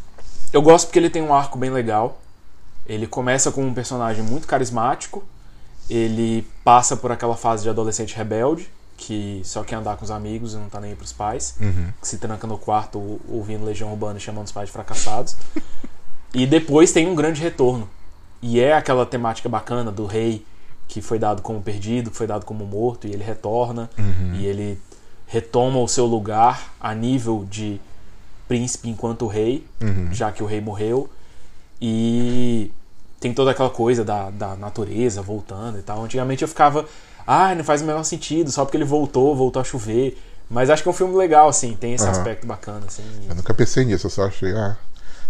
S1: Eu gosto porque ele tem um arco bem legal. Ele começa com um personagem muito carismático. Ele passa por aquela fase de adolescente rebelde, que só quer andar com os amigos e não tá nem aí pros pais. Que se tranca no quarto ou- ouvindo Legião Urbana e chamando os pais de fracassados. e depois tem um grande retorno. E é aquela temática bacana do rei que foi dado como perdido, que foi dado como morto, e ele retorna. E ele retoma o seu lugar a nível de príncipe enquanto rei, já que o rei morreu. E tem toda aquela coisa da, da natureza voltando e tal. Antigamente eu ficava, ah, não faz o menor sentido, só porque ele voltou, voltou a chover. Mas acho que é um filme legal, assim, tem esse
S2: Aham. É
S1: aspecto bacana, assim.
S2: Eu nunca pensei nisso, eu só achei, ah,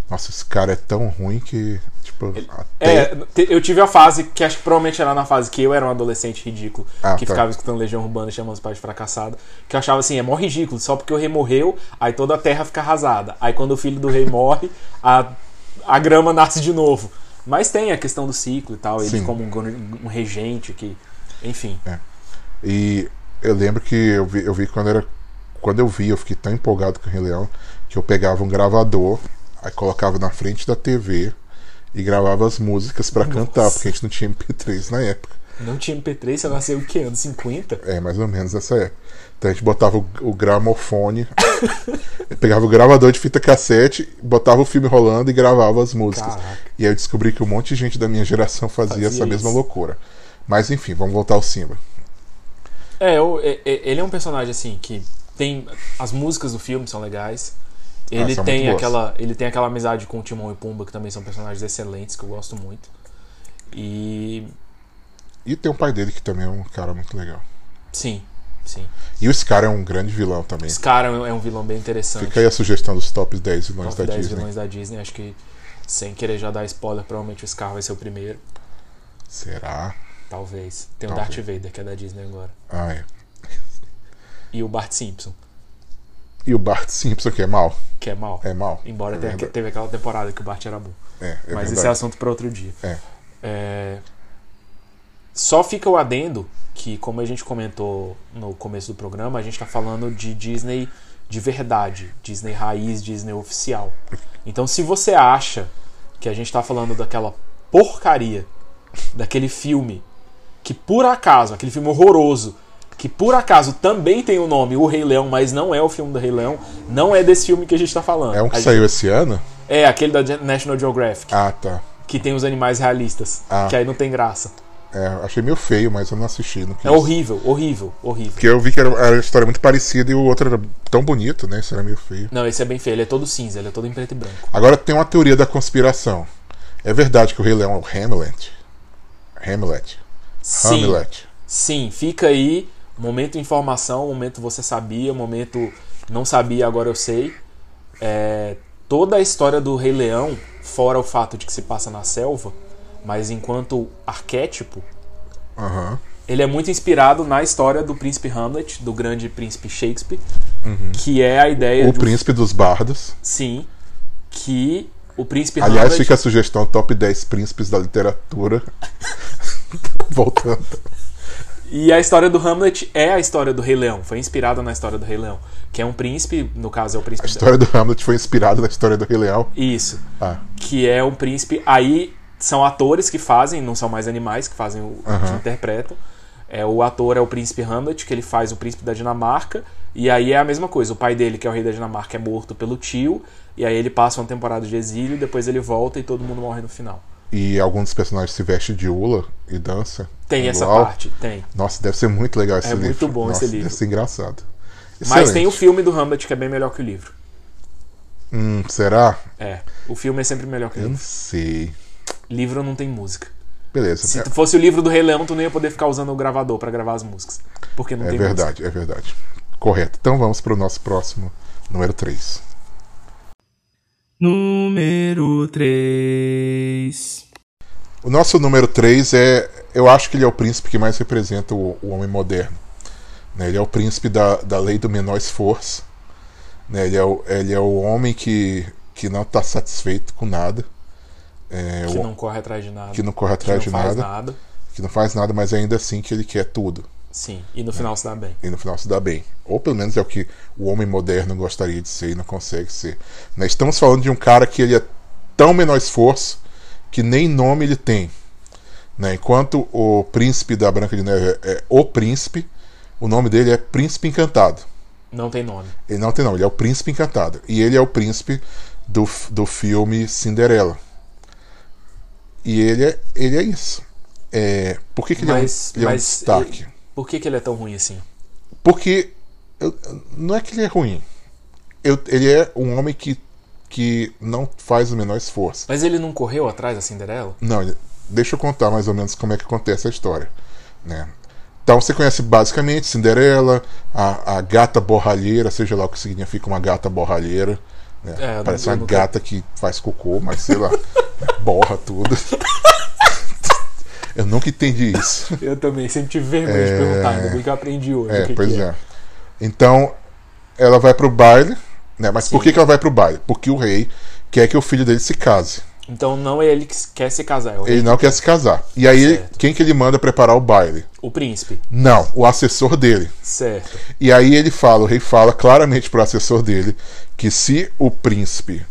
S2: nossa, esse cara é tão ruim que, tipo, até.
S1: É, te- eu tive a fase, que acho que provavelmente era na fase que eu era um adolescente ridículo,
S2: Ah,
S1: que
S2: tá.
S1: ficava escutando Legião Urbana e chamando os pais de fracassado, que eu achava assim, é mó ridículo, só porque o rei morreu, aí toda a terra fica arrasada. Aí quando o filho do rei morre, a, a grama nasce de novo. Mas tem a questão do ciclo e tal, ele
S2: Sim. É.
S1: como um, gor- um regente que. Enfim.
S2: E eu lembro que eu vi, eu vi quando era. Quando eu vi, eu fiquei tão empolgado com o Rei Leão que eu pegava um gravador, aí colocava na frente da TV e gravava as músicas pra cantar, porque a gente não tinha MP3 na época.
S1: Não tinha MP3, você nasceu o quê? Anos 50?
S2: É, mais ou menos essa época. Então a gente botava o, o gramofone, pegava o gravador de fita cassete, botava o filme rolando e gravava as músicas.
S1: Caraca.
S2: E aí eu descobri que um monte de gente da minha geração fazia,
S1: Fazia
S2: essa mesma
S1: isso.
S2: loucura. Mas enfim, vamos voltar ao Simba.
S1: É, eu- é- é- ele é um personagem assim que tem as músicas do filme são legais. Ele
S2: Ah, são
S1: tem
S2: muito boas.
S1: aquela, ele tem aquela amizade com o Timão e Pumba que também são personagens excelentes que eu gosto muito. E
S2: E tem um pai dele que também é um cara muito legal.
S1: sim, sim.
S2: E o Scar é um grande vilão também.
S1: Esse cara é um- é um vilão bem interessante.
S2: Fica aí a sugestão dos top 10 vilões
S1: Top
S2: da
S1: 10
S2: Disney.
S1: vilões da Disney, acho que sem querer já dar spoiler, provavelmente o Scar vai ser o primeiro,
S2: Será?
S1: talvez. Tem o
S2: Talvez.
S1: Darth Vader que é da Disney agora
S2: Ah, é.
S1: e o Bart Simpson,
S2: E o Bart Simpson, que é mal.
S1: que é mal.
S2: É mal.
S1: Embora
S2: é
S1: tenha,
S2: verdade.
S1: teve aquela temporada que o Bart era bom.
S2: É, é
S1: Mas
S2: verdade.
S1: esse é assunto para outro dia.
S2: É.
S1: É, Só fica o adendo que, como a gente comentou no começo do programa, a gente tá falando de Disney de verdade, Disney raiz, Disney oficial. Então, se você acha que a gente tá falando daquela porcaria, daquele filme que por acaso, aquele filme horroroso, que por acaso também tem o nome O Rei Leão, mas não é o filme do Rei Leão, não é desse filme que a gente tá falando.
S2: É um que
S1: A gente-
S2: saiu esse ano?
S1: É, aquele da National Geographic
S2: Ah, tá.
S1: que tem os animais realistas,
S2: Ah.
S1: que aí não tem graça.
S2: É, achei meio feio, mas eu não assisti. Não quis.
S1: É horrível, horrível, horrível.
S2: Porque eu vi que era, era uma história muito parecida e o outro era tão bonito, né? Isso era meio feio.
S1: Não, esse é bem feio, ele é todo cinza, ele é todo em preto e branco.
S2: Agora tem uma teoria da conspiração. É verdade que o Rei Leão é o Hamlet? Hamlet.
S1: Sim.
S2: Hamlet.
S1: Sim, fica aí. Momento informação, momento você sabia, momento não sabia, agora eu sei. É, toda a história do Rei Leão, fora o fato de que se passa na selva, mas enquanto arquétipo,
S2: Aham.
S1: ele é muito inspirado na história do príncipe Hamlet, do grande príncipe Shakespeare, que é a ideia
S2: Uhum. O
S1: de um-
S2: Príncipe dos Bardos.
S1: sim, que o príncipe
S2: Aliás,
S1: É Hamlet
S2: fica a sugestão top 10 príncipes da literatura. Voltando.
S1: E a história do Hamlet é a história do Rei Leão, foi inspirada na história do Rei Leão, que é um príncipe, no caso é o príncipe.
S2: A história do Hamlet foi inspirada na história do Rei Leão.
S1: Isso.
S2: Ah,
S1: Que é um príncipe. Aí são atores que fazem, não são mais animais que fazem o que
S2: Aham.
S1: interpretam. É, o ator é o príncipe Hamlet, que ele faz o príncipe da Dinamarca. E aí é a mesma coisa. O pai dele, que é o rei da Dinamarca, é morto pelo tio. E aí ele passa uma temporada de exílio, depois ele volta e todo mundo morre no final.
S2: e algum dos personagens se veste de Ula e dança.
S1: Tem essa
S2: Uau.
S1: parte, tem.
S2: Nossa, deve ser muito legal esse
S1: É
S2: livro.
S1: muito bom
S2: Nossa,
S1: esse livro.
S2: Deve ser engraçado.
S1: Mas tem o
S2: Excelente.
S1: filme do Hamlet, que é bem melhor que o livro.
S2: Hum, será?
S1: É. O filme é sempre melhor que o
S2: Eu não
S1: livro.
S2: sei.
S1: Livro não tem música.
S2: Beleza.
S1: Se
S2: é-
S1: tu fosse o livro do Rei Leão, tu não ia poder ficar usando o gravador pra gravar as músicas. Porque não
S2: É
S1: tem
S2: verdade, é verdade. Correto. Então vamos para o nosso próximo, número 3.
S4: Número 3.
S2: O nosso número 3 é. Eu acho que ele é o príncipe que mais representa o, o homem moderno. né? Ele é o príncipe da, da lei do menor esforço. né? Ele, é o, ele é o homem que, que não está satisfeito com nada. É,
S1: música.
S2: o-
S1: Que não corre atrás de nada.
S2: que não corre
S1: que não
S2: atrás de
S1: faz
S2: nada,
S1: nada.
S2: que não faz nada, mas ainda assim que ele quer tudo.
S1: Sim. E
S2: É.
S1: no final se dá bem.
S2: E no final se dá bem. Ou pelo menos é o que o homem moderno gostaria de ser e não consegue ser. Né? Estamos falando de um cara que ele é tão menor esforço que nem nome ele tem. Né? Enquanto o príncipe da Branca de Neve é o príncipe, o nome dele é Príncipe Encantado.
S1: Não tem nome.
S2: Ele não tem nome, ele é o Príncipe Encantado. E ele é o príncipe do, f- do filme Cinderela. E ele é, ele é isso. É, por que, que ele,
S1: Mas,
S2: é um, ele é um
S1: mas
S2: destaque?
S1: e- por que, que ele é tão ruim assim?
S2: Porque eu- não é que ele é ruim. Eu- ele é um homem que, que não faz o menor esforço.
S1: Mas ele não correu atrás da Cinderela?
S2: Não, ele- deixa eu contar mais ou menos como é que acontece a história. Né? Então você conhece basicamente Cinderela, a, a gata borralheira, seja lá o que significa uma gata borralheira. né?
S1: É, eu
S2: Parece
S1: não- eu
S2: uma
S1: nunca-
S2: gata que faz cocô, mas sei lá, borra tudo. eu nunca entendi isso.
S1: Eu também. Sempre tive vergonha de perguntar. Ainda bem que eu aprendi hoje.
S2: É, pois é. Então, ela vai pro baile, né? Mas por que, que ela vai pro baile? Porque o rei quer que o filho dele se case.
S1: Então não é ele que quer se casar. É o, rei-
S2: Ele não quer se casar. E aí, ele-
S1: Certo.
S2: quem que ele manda preparar o baile?
S1: o príncipe.
S2: Não, o assessor dele.
S1: Certo.
S2: E aí ele fala, o rei fala claramente pro assessor dele que se o príncipe.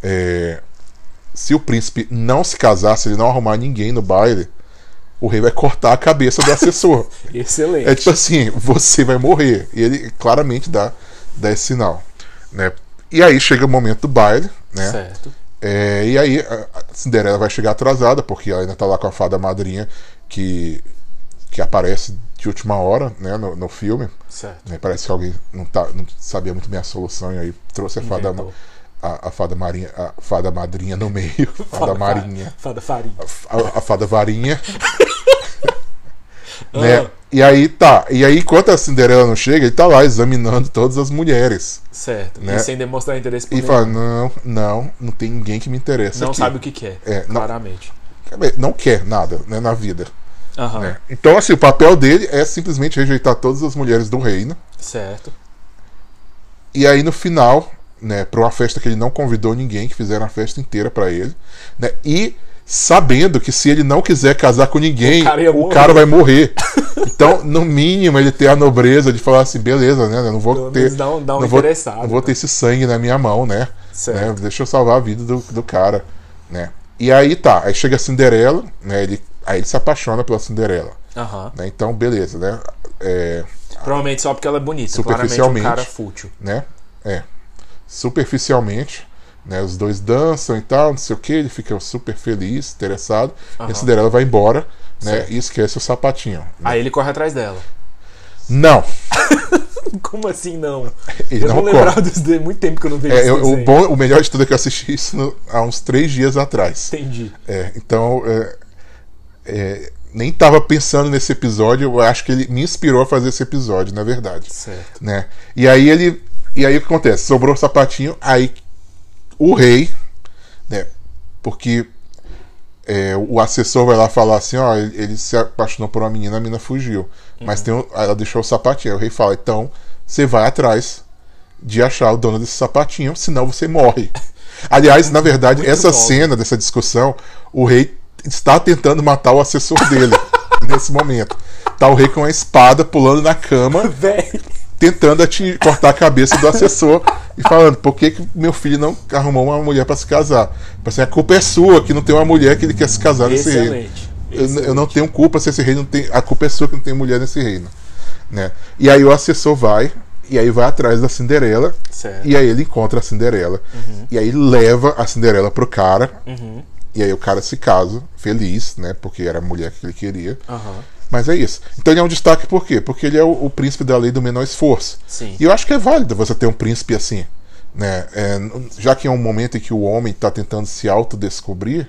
S2: é, se o príncipe não se casar, se ele não arrumar ninguém no baile, o rei vai cortar a cabeça do assessor.
S1: Excelente.
S2: É tipo assim, você vai morrer. E ele claramente dá, dá esse sinal. Né? E aí chega o momento do baile, né?
S1: Certo.
S2: É, e aí a a Cinderela vai chegar atrasada, porque ela ainda tá lá com a fada madrinha que, que aparece de última hora né, no, no filme.
S1: Certo.
S2: Né? Parece que alguém não, tá, não sabia muito bem a solução e aí trouxe a fada, ma-
S1: Inventou.
S2: a, a fada marinha, a fada madrinha no meio. Fada marinha.
S1: Fada farinha.
S2: A, a fada varinha.
S1: Ah,
S2: né? E aí tá. E aí, enquanto a Cinderela não chega, ele tá lá examinando todas as mulheres.
S1: Certo.
S2: Né?
S1: E sem demonstrar interesse por
S2: E
S1: nenhum.
S2: fala: não, não, não tem ninguém que me interessa.
S1: Não
S2: aqui.
S1: sabe o que quer.
S2: É, não-
S1: claramente.
S2: Não quer nada, né, na vida.
S1: Aham.
S2: né? Então, assim, o papel dele é simplesmente rejeitar todas as mulheres do reino.
S1: Certo.
S2: E aí, no final, né, pra uma festa que ele não convidou ninguém, que fizeram a festa inteira pra ele, né? E sabendo que se ele não quiser casar com ninguém,
S1: O cara ia
S2: o
S1: morrer.
S2: cara vai morrer. Então, no mínimo, ele ter a nobreza de falar assim, beleza, né? Eu não vou
S1: Pelo
S2: ter.
S1: menos dá um- dá um
S2: não vou,
S1: interessado,
S2: não vou ter
S1: né?
S2: esse sangue na minha mão, né?
S1: Certo.
S2: né, Deixa eu salvar a vida do, do cara, né? E aí tá, aí chega a Cinderela, né? Ele, aí ele se apaixona pela Cinderela.
S1: Aham.
S2: Né? Então, beleza, né? É,
S1: Provavelmente só porque ela é bonita. Claramente um
S2: Superficialmente.
S1: cara fútil.
S2: né? É. né? Superficialmente, né? Os dois dançam e tal, não sei o que, ele fica super feliz, interessado. E a Cinderela vai embora, né? E esquece o sapatinho.
S1: Aí ele corre atrás dela.
S2: Não!
S1: Como assim não?
S2: Ele
S1: eu
S2: não
S1: não lembrava
S2: corre.
S1: dos de... Muito tempo que eu não vejo
S2: É,
S1: esse
S2: eu- o,
S1: desenho.
S2: bom, o melhor de tudo é que eu assisti isso no- há uns três dias atrás.
S1: Entendi.
S2: É, então, é, é, nem tava pensando nesse episódio, eu acho que ele me inspirou a fazer esse episódio, na verdade.
S1: Certo.
S2: Né? E aí ele. E aí o que acontece? Sobrou o sapatinho, aí o rei, né? Porque é, o assessor vai lá falar assim, ó, ele, ele se apaixonou por uma menina, a menina fugiu. Mas
S1: Uhum.
S2: tem um- ela deixou o sapatinho. Aí o rei fala, então você vai atrás de achar o dono desse sapatinho, senão você morre. Aliás, na verdade, essa
S1: bom.
S2: cena dessa discussão, o rei está tentando matar o assessor dele nesse momento. Tá o rei com a espada pulando na cama
S1: Véi,
S2: tentando ati- cortar a cabeça do assessor e falando por que, que meu filho não arrumou uma mulher pra se casar. Tipo Assim, a culpa é sua que não tem uma mulher que ele quer se casar nesse reino.
S1: excelente.
S2: Eu, n- eu não tenho culpa se esse reino não tem. A culpa é sua que não tem mulher nesse reino. Né? E aí o assessor vai, e aí vai atrás da Cinderela,
S1: Certo. Uhum.
S2: e aí ele encontra a Cinderela, e aí leva a Cinderela pro cara, e aí o cara se casa, feliz, né? Porque era a mulher que ele queria.
S1: Aham.
S2: Mas é isso. Então ele é um destaque por quê? Porque ele é o, o príncipe da lei do menor esforço.
S1: Sim.
S2: E eu acho que é válido você ter um príncipe assim. Né? É, n- já que é um momento em que o homem está tentando se autodescobrir,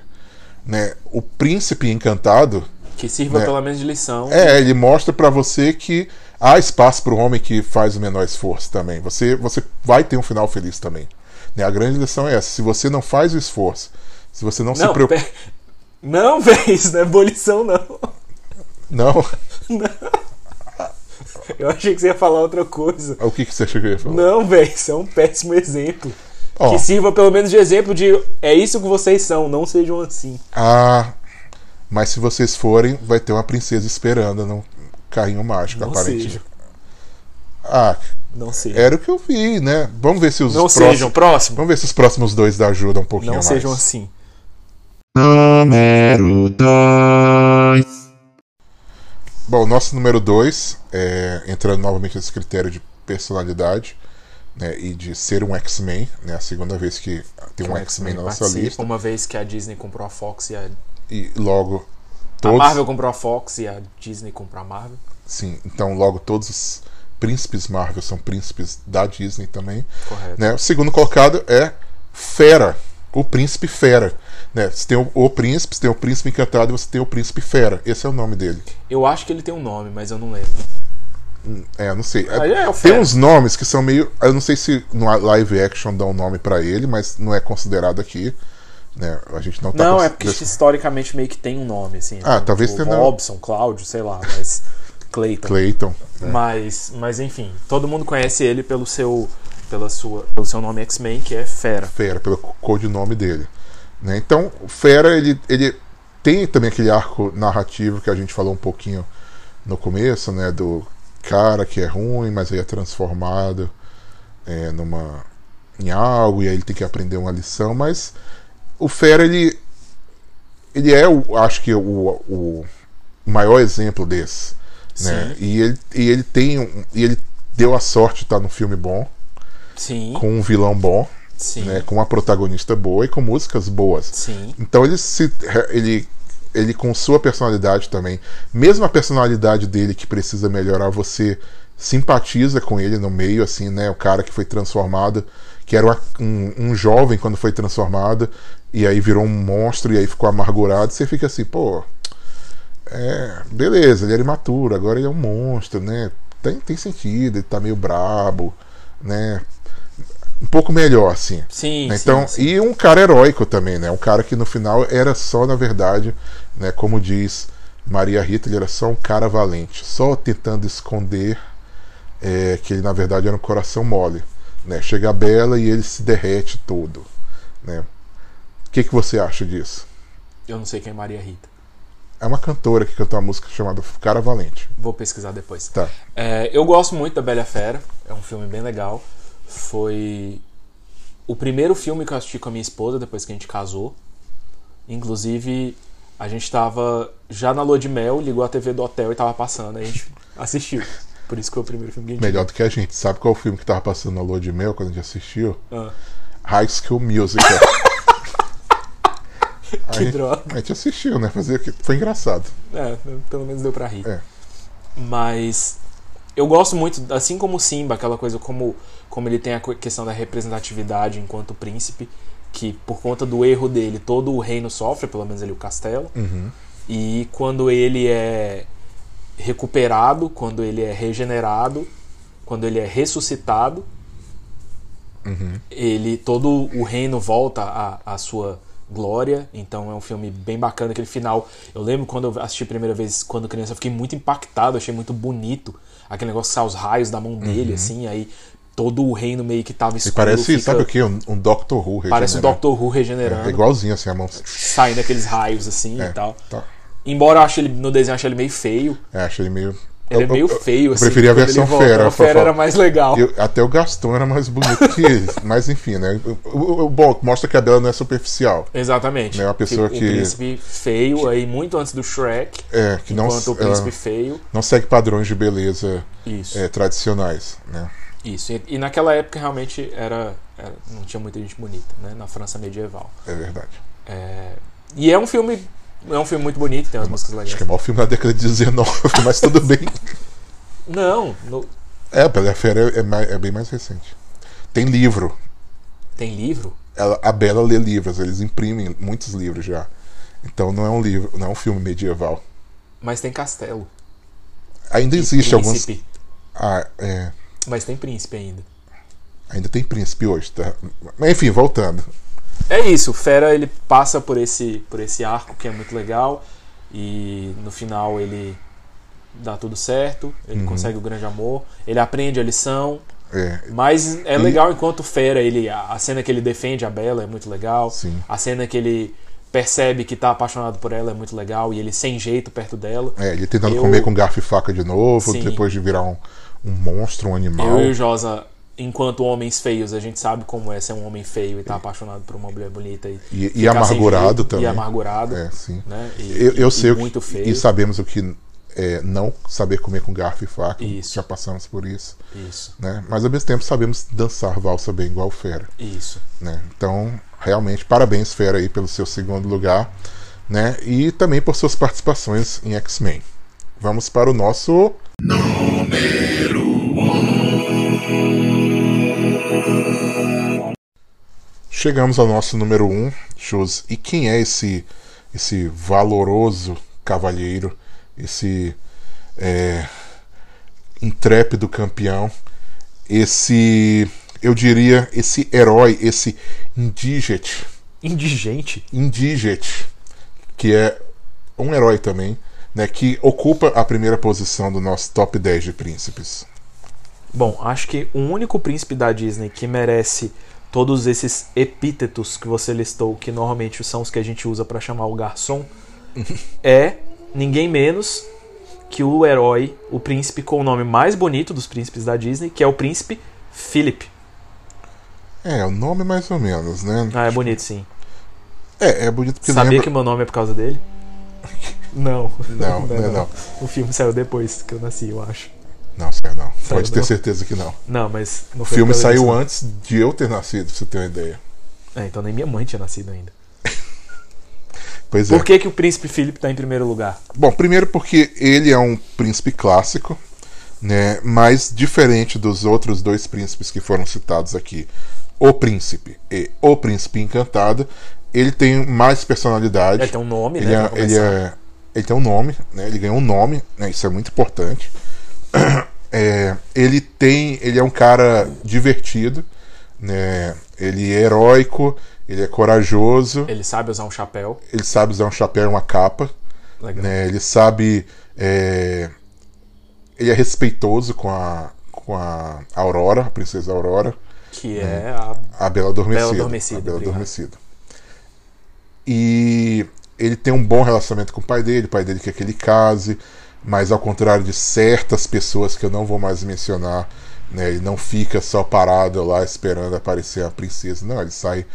S2: né? o príncipe encantado,
S1: Que sirva
S2: É.
S1: pelo menos de lição.
S2: é, ele mostra para você que há espaço para o homem que faz o menor esforço também. Você, você vai ter um final feliz também. Né? A grande lição é essa. Se você não faz o esforço, se você não, se
S1: Não,
S2: preocupa.
S1: pe- não, véi, isso não é abolição, não.
S2: Não?
S1: Eu achei que você ia falar outra coisa.
S2: O que, que você chegou a falar?
S1: Não, véi, isso é um péssimo exemplo.
S2: Ó.
S1: Que sirva pelo menos de exemplo de é isso que vocês são, não sejam assim.
S2: Ah, mas se vocês forem, vai ter uma princesa esperando num carrinho um mágico,
S1: Não
S2: aparentemente.
S1: sejam.
S2: Ah,
S1: Não sejam.
S2: era o que eu vi, né? Vamos ver se os
S1: não
S2: próximos.
S1: sejam, próximo.
S2: Vamos ver se os próximos dois ajudam um pouquinho
S1: Não
S2: mais.
S1: sejam assim.
S4: Número 2.
S2: Bom, nosso número dois, é, entrando novamente nesse critério de personalidade né, e de ser um X-Men, né? A segunda vez que tem um X-Men na nossa
S1: participa,
S2: lista.
S1: Uma vez que a Disney comprou a Fox e a,
S2: E logo
S1: a
S2: todos.
S1: Marvel comprou a Fox e a Disney comprou a Marvel.
S2: Sim, então logo todos os príncipes Marvel são príncipes da Disney também.
S1: Correto.
S2: né? O segundo colocado é Fera, o príncipe Fera. Né? Você tem o, o príncipe, você tem o príncipe encantado e você tem o príncipe Fera. Esse é o nome dele.
S1: Eu acho que ele tem um nome, mas eu não lembro.
S2: É, eu não sei. É-
S1: Aí é o
S2: tem
S1: Fera.
S2: uns nomes que são meio. Eu não sei se no live action dá um nome pra ele, mas não é considerado aqui. Né? A gente não tá
S1: Não,
S2: cons-
S1: é porque historicamente meio que tem um nome, assim.
S2: Ah,
S1: né?
S2: talvez
S1: tipo,
S2: tenha-
S1: Robson, Cláudio, sei lá, mas. Clayton.
S2: Clayton. né?
S1: Mas, mas enfim, todo mundo conhece ele pelo seu, pela sua, pelo seu nome X-Men, que é Fera.
S2: Fera, pelo co- codinome dele. Né? Então, o Fera, ele, ele tem também aquele arco narrativo que a gente falou um pouquinho no começo, né? Do cara que é ruim, mas aí é transformado é, numa, em algo, e aí ele tem que aprender uma lição, mas o Fera, ele, ele é, o, acho que, o, o maior exemplo desse. Né? E, ele, e ele tem um- e ele deu a sorte de estar num filme bom,
S1: Sim,
S2: com um vilão bom,
S1: sim,
S2: né, com uma protagonista boa e com músicas boas.
S1: sim.
S2: Então ele se ele ele com sua personalidade também, mesmo a personalidade dele que precisa melhorar, você simpatiza com ele no meio assim, né, o cara que foi transformado, que era uma- um, um jovem quando foi transformado e aí virou um monstro e aí ficou amargurado, você fica assim, pô, é, beleza, ele era imaturo, agora ele é um monstro, né? Tem, tem sentido, ele tá meio brabo, né? Um pouco melhor, assim.
S1: Sim,
S2: Né?
S1: sim,
S2: Então,
S1: sim.
S2: e um cara heróico também, né? Um cara que no final era só, na verdade, né, como diz Maria Rita, ele era só um cara valente, só tentando esconder é, que ele na verdade era um coração mole, né? Chega a Bela e ele se derrete todo, né? O que que você acha disso?
S1: Eu não sei quem é Maria Rita.
S2: É uma cantora que cantou uma música chamada Cara Valente.
S1: Vou pesquisar depois.
S2: Tá.
S1: É, eu gosto muito da Bela e a Fera, é um filme bem legal. Foi o primeiro filme que eu assisti com a minha esposa depois que a gente casou. Inclusive, a gente tava já na lua de mel, ligou a TV do hotel e tava passando, a gente assistiu. Por isso que foi o primeiro filme que a gente
S2: Melhor do que a gente. Sabe qual é o filme que tava passando na Lua de Mel quando a gente assistiu?
S1: Ah.
S2: High School Musical.
S1: Que droga.
S2: A gente assistiu, né? Fazia... que- Foi engraçado.
S1: É, pelo menos deu pra rir.
S2: É.
S1: Mas eu gosto muito, assim como o Simba, aquela coisa como, como ele tem a co- questão da representatividade enquanto príncipe, que por conta do erro dele todo o reino sofre, pelo menos ali o castelo. E quando ele é recuperado, quando ele é regenerado, quando ele é ressuscitado,
S2: Uhum.
S1: ele todo o reino volta à, à sua glória. Então é um filme bem bacana. Aquele final, eu lembro quando eu assisti a primeira vez, quando criança, eu fiquei muito impactado, achei muito bonito aquele negócio que sai os raios da mão dele, assim, aí todo o reino meio que tava
S2: Uhum. E
S1: escuro.
S2: parece,
S1: fica-
S2: sabe o que? Um, um Doctor Who regenerado.
S1: Parece o Doctor Who regenerando,
S2: É igualzinho assim, a mão.
S1: saindo aqueles raios assim
S2: É,
S1: e tal.
S2: tá.
S1: Embora eu ache ele no desenho eu ache ele meio feio.
S2: É, achei meio.
S1: Ele
S2: eu-
S1: é meio
S2: eu-
S1: feio, assim.
S2: preferia a
S1: quando ele
S2: versão
S1: volta.
S2: fera,
S1: A fera
S2: Fafá.
S1: era mais legal.
S2: eu- até o Gaston era mais bonito que ele. Mas enfim, né? O- o- o- Bom, mostra que a Bela não é superficial.
S1: Exatamente.
S2: É uma pessoa
S1: o
S2: que-
S1: príncipe feio, aí muito antes do Shrek.
S2: É, que não,
S1: enquanto o
S2: ela
S1: príncipe feio.
S2: não segue padrões de beleza
S1: Isso.
S2: é, tradicionais, né?
S1: Isso. E, e naquela época realmente era, era- Não tinha muita gente bonita, né? Na França medieval.
S2: É verdade.
S1: É, E é um filme. É um filme muito bonito, tem umas músicas
S2: Acho
S1: legais.
S2: que é o maior filme da década de 19, mas tudo bem.
S1: Não, no-
S2: É, a Bela e a Fera é, é mai- é bem mais recente. Tem livro.
S1: tem livro?
S2: Ela- a Bela lê livros, eles imprimem muitos livros já. Então não é um livro, não é um filme medieval.
S1: Mas tem castelo.
S2: Ainda existe alguns.
S1: príncipe.
S2: Ah, é.
S1: Mas tem príncipe ainda.
S2: Ainda tem príncipe hoje, tá? Mas, Enfim, voltando.
S1: É isso, o Fera ele passa por esse, por esse arco que é muito legal e no final ele dá tudo certo, ele
S2: Uhum.
S1: consegue o grande amor, ele aprende a lição,
S2: É,
S1: mas é
S2: E-
S1: legal enquanto o Fera, ele a a cena que ele defende a Bela é muito legal,
S2: Sim.
S1: a cena que ele percebe que tá apaixonado por ela é muito legal e ele sem jeito perto dela.
S2: é, ele tentando
S1: Eu-
S2: comer com garfo e faca de novo,
S1: Sim.
S2: depois de virar um, um monstro, um animal.
S1: Eu e o Josa, enquanto homens feios, a gente sabe como é ser um homem feio e tá apaixonado por uma mulher bonita e,
S2: E- e
S1: ficar sem
S2: amargurado
S1: jeito,
S2: também.
S1: E amargurado.
S2: É, sim.
S1: né? E-
S2: Eu, eu
S1: e
S2: sei o que-
S1: muito feio.
S2: E sabemos o que é não saber comer com garfo e faca.
S1: Isso.
S2: Já passamos por isso.
S1: Isso,
S2: Né? Mas ao mesmo tempo sabemos dançar valsa bem igual o Fera.
S1: isso.
S2: né? Então, realmente, parabéns, Fera, aí, pelo seu segundo lugar. Né? E também por suas participações em X-Men. Vamos para o nosso. um. Chegamos ao nosso número 1, um, Shows. E quem é esse esse valoroso cavalheiro, esse é, intrépido campeão, esse, eu diria, esse herói, esse indigente,
S1: Indigente?
S2: indigente, que é um herói também, né, que ocupa a primeira posição do nosso top 10 de príncipes.
S1: Bom, acho que o único príncipe da Disney que merece todos esses epítetos que você listou, que normalmente são os que a gente usa pra chamar o garçom, é ninguém menos que o herói, o príncipe com o nome mais bonito dos príncipes da Disney, que é o príncipe Philip.
S2: É, o nome mais ou menos, né?
S1: Ah, é bonito sim.
S2: É, é bonito porque
S1: Sabia
S2: lembra...
S1: que o meu nome é por causa dele? Não.
S2: Não, não, é não.
S1: O filme saiu depois que eu nasci, eu acho.
S2: Não, saiu não.
S1: Saiu
S2: Pode ter
S1: não?
S2: certeza que não.
S1: Não, mas não
S2: O filme saiu antes de eu ter nascido, pra você ter uma ideia.
S1: É, então nem minha mãe tinha nascido ainda.
S2: Pois é.
S1: Por que, que o príncipe Felipe tá em primeiro lugar?
S2: Bom, primeiro porque ele é um príncipe clássico, né? Mas diferente dos outros dois príncipes que foram citados aqui, o príncipe e o príncipe encantado, ele tem mais personalidade.
S1: Ele tem um nome,
S2: Ele,
S1: né?
S2: é,
S1: pra
S2: ele,
S1: começar.
S2: é- ele tem um nome, né? Ele ganhou um nome, né? Isso é muito importante. É, ele tem. Ele é um cara divertido, né? Ele é heróico, ele é corajoso,
S1: Ele sabe usar um chapéu.
S2: ele sabe usar um chapéu e uma capa
S1: Legal.
S2: né? Ele sabe. é, Ele é respeitoso com a, com a Aurora, a princesa Aurora,
S1: Que
S2: Né.
S1: é a.
S2: a Bela Adormecida.
S1: Bela Adormecida,
S2: a Bela
S1: obrigado.
S2: Adormecida. E ele tem um bom relacionamento com o pai dele, o pai dele quer que ele case, mas ao contrário de certas pessoas que eu não vou mais mencionar, né, ele não fica só parado lá esperando aparecer a princesa. Não, ele sai,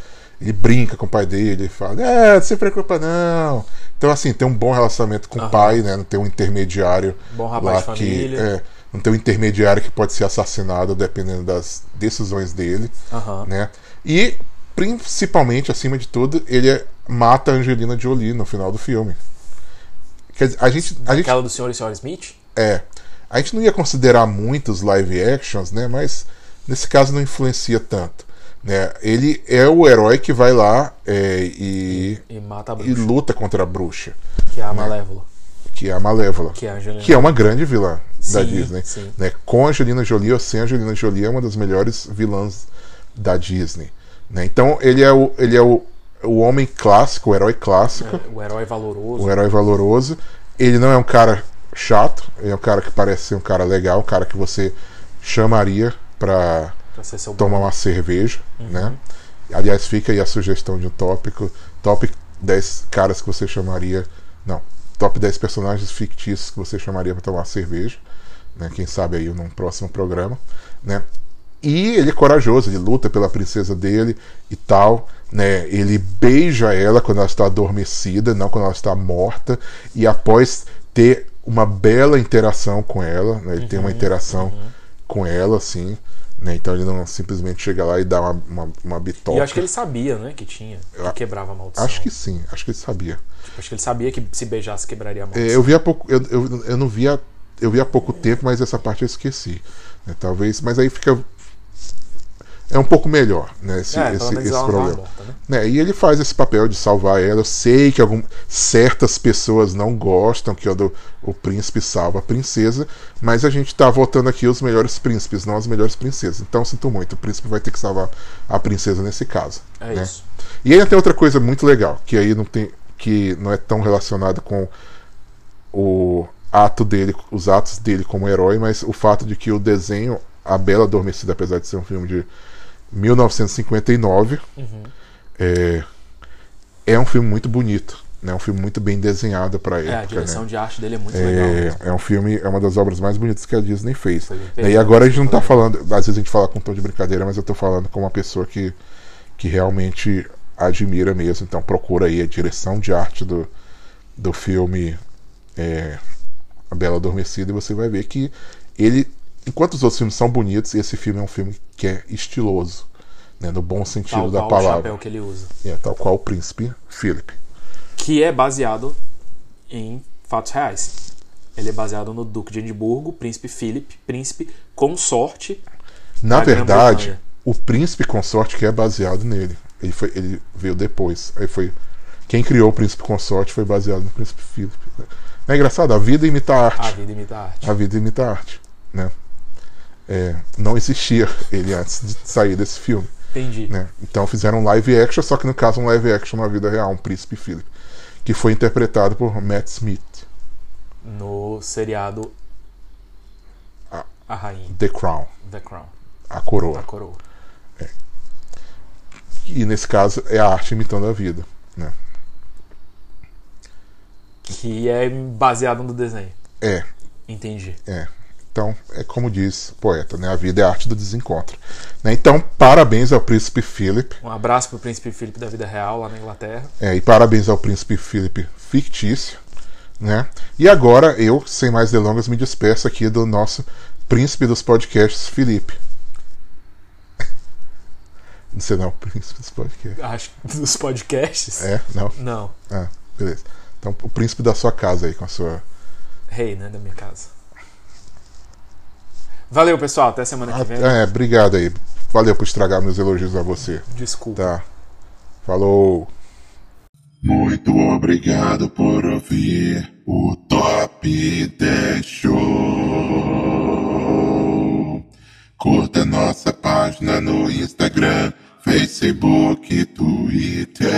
S2: ele brinca com o pai dele, ele fala: É, não se preocupa não. Então, assim, tem um bom relacionamento com o pai, né, não tem um intermediário
S1: Bom rapaz
S2: lá
S1: de
S2: que.
S1: família.
S2: é, não tem um intermediário que pode ser assassinado dependendo das decisões dele
S1: Aham.
S2: né? E principalmente, acima de tudo, ele é- mata a Angelina Jolie no final do filme. Quer dizer, a gente, a gente
S1: Aquela do senhor e senhora Smith?
S2: é. A gente não ia considerar muitos live actions, né? Mas nesse caso não influencia tanto. Né? Ele é o herói que vai lá é, e,
S1: E mata a
S2: e
S1: bruxa,
S2: luta contra a bruxa,
S1: que é a Malévola.
S2: que é a Malévola.
S1: Que é a Angelina.
S2: Né. Que é uma grande vilã da
S1: Sim,
S2: Disney.
S1: sim.
S2: Né? Com a Angelina Jolie ou sem a Angelina Jolie, é uma das melhores vilãs da Disney. Né? Então ele é, o, ele é o, o homem clássico, o herói clássico,
S1: né, O herói valoroso.
S2: o herói valoroso. Ele não é um cara chato, ele é um cara que parece ser um cara legal, um cara que você chamaria pra
S1: Pra ser seu
S2: tomar uma cerveja. Né? Aliás, fica aí a sugestão de um tópico: top 10 caras que você chamaria. Não, top 10 personagens fictícios que você chamaria pra tomar uma cerveja. Né? Quem sabe aí num próximo programa. Né? E ele é corajoso, ele luta pela princesa dele e tal. Né? Ele beija ela quando ela está adormecida, não quando ela está morta. E após ter uma bela interação com ela, né? ele tem uma interação com ela, assim. Né? Então ele não simplesmente chega lá e dá uma, uma, uma
S1: E
S2: bitoca.
S1: eu acho que ele sabia, né, que tinha. Que quebrava a maldição.
S2: Acho que sim, acho que ele sabia.
S1: Tipo, acho que ele sabia que se beijasse quebraria a
S2: É,
S1: maldição.
S2: eu vi há pouco. Eu, eu, eu não via. Eu vi há pouco tempo, mas essa parte eu esqueci. né? Talvez. Mas aí fica. É um pouco melhor, né? Esse,
S1: É, pelo
S2: esse,
S1: menos
S2: esse
S1: ela não tava
S2: problema.
S1: morta, né?
S2: Né, E ele faz esse papel de salvar ela. Eu sei que algum, certas pessoas não gostam que o, do- o príncipe salva a princesa, mas a gente tá votando aqui os melhores príncipes, não as melhores princesas. Então sinto muito, o príncipe vai ter que salvar a princesa nesse caso.
S1: É
S2: né?
S1: isso.
S2: E aí tem outra coisa muito legal, que aí não tem que não é tão relacionado com o ato dele, os atos dele como herói, mas o fato de que o desenho A Bela Adormecida, apesar de ser um filme de 1959,
S1: Uhum.
S2: é, é um filme muito bonito, né? É um filme muito bem desenhado para
S1: É,
S2: época,
S1: a direção
S2: né?
S1: de arte dele é muito legal.
S2: É, é um filme, é uma das obras mais bonitas que a Disney fez.
S1: Foi bem
S2: E
S1: feito,
S2: agora a gente não
S1: foi
S2: tá
S1: legal.
S2: falando, às vezes a gente fala com um tom de brincadeira, mas eu tô falando com uma pessoa que, que realmente admira mesmo. Então procura aí a direção de arte do, do filme é, A Bela Adormecida e você vai ver que ele, enquanto os outros filmes são bonitos, esse filme é um filme que é estiloso, né, no bom sentido
S1: Tal
S2: da
S1: qual o
S2: palavra.
S1: chapéu que ele usa.
S2: É, tal qual o príncipe Philip.
S1: Que é baseado em fatos reais. Ele é baseado no Duque de Edimburgo, príncipe Philip, príncipe consorte.
S2: Na
S1: da
S2: verdade,
S1: Grã-Bretanha.
S2: o príncipe consorte que é baseado nele. Ele, foi, ele veio depois. Aí foi. Quem criou o príncipe consorte foi baseado no príncipe Philip. É engraçado, a vida imita a
S1: A
S2: arte.
S1: vida imita a arte.
S2: A vida imita a arte. Né? É, não existia ele antes de sair desse filme.
S1: Entendi.
S2: né? Então fizeram um live action, só que no caso um live action na vida real, um príncipe Philip. Que foi interpretado por Matt Smith,
S1: No seriado A Rainha,
S2: The Crown,
S1: The Crown,
S2: a coroa.
S1: A Coroa.
S2: E nesse caso é a arte imitando a vida. Né?
S1: Que é baseado no desenho.
S2: É,
S1: Entendi.
S2: É. Então, é como diz o poeta, né? A vida é a arte do desencontro. Né? Então, parabéns ao príncipe Philip.
S1: Um abraço pro príncipe Philip da vida real lá na Inglaterra.
S2: é, e parabéns ao príncipe Philip fictício. Né? E agora eu, sem mais delongas, me despeço aqui do nosso príncipe dos podcasts, Felipe. Não sei não, príncipe dos podcasts.
S1: Acho que dos podcasts.
S2: É, não?
S1: Não.
S2: Ah, beleza. Então, o príncipe da sua casa aí, com a sua.
S1: Rei, né? Da minha casa. Valeu, pessoal. Até semana que vem.
S2: Ah, é, obrigado aí. Valeu por estragar meus elogios a você.
S1: Desculpa.
S2: Tá. Falou.
S3: Muito obrigado por ouvir o Top 10 Show. Curta nossa página no Instagram, Facebook, Twitter.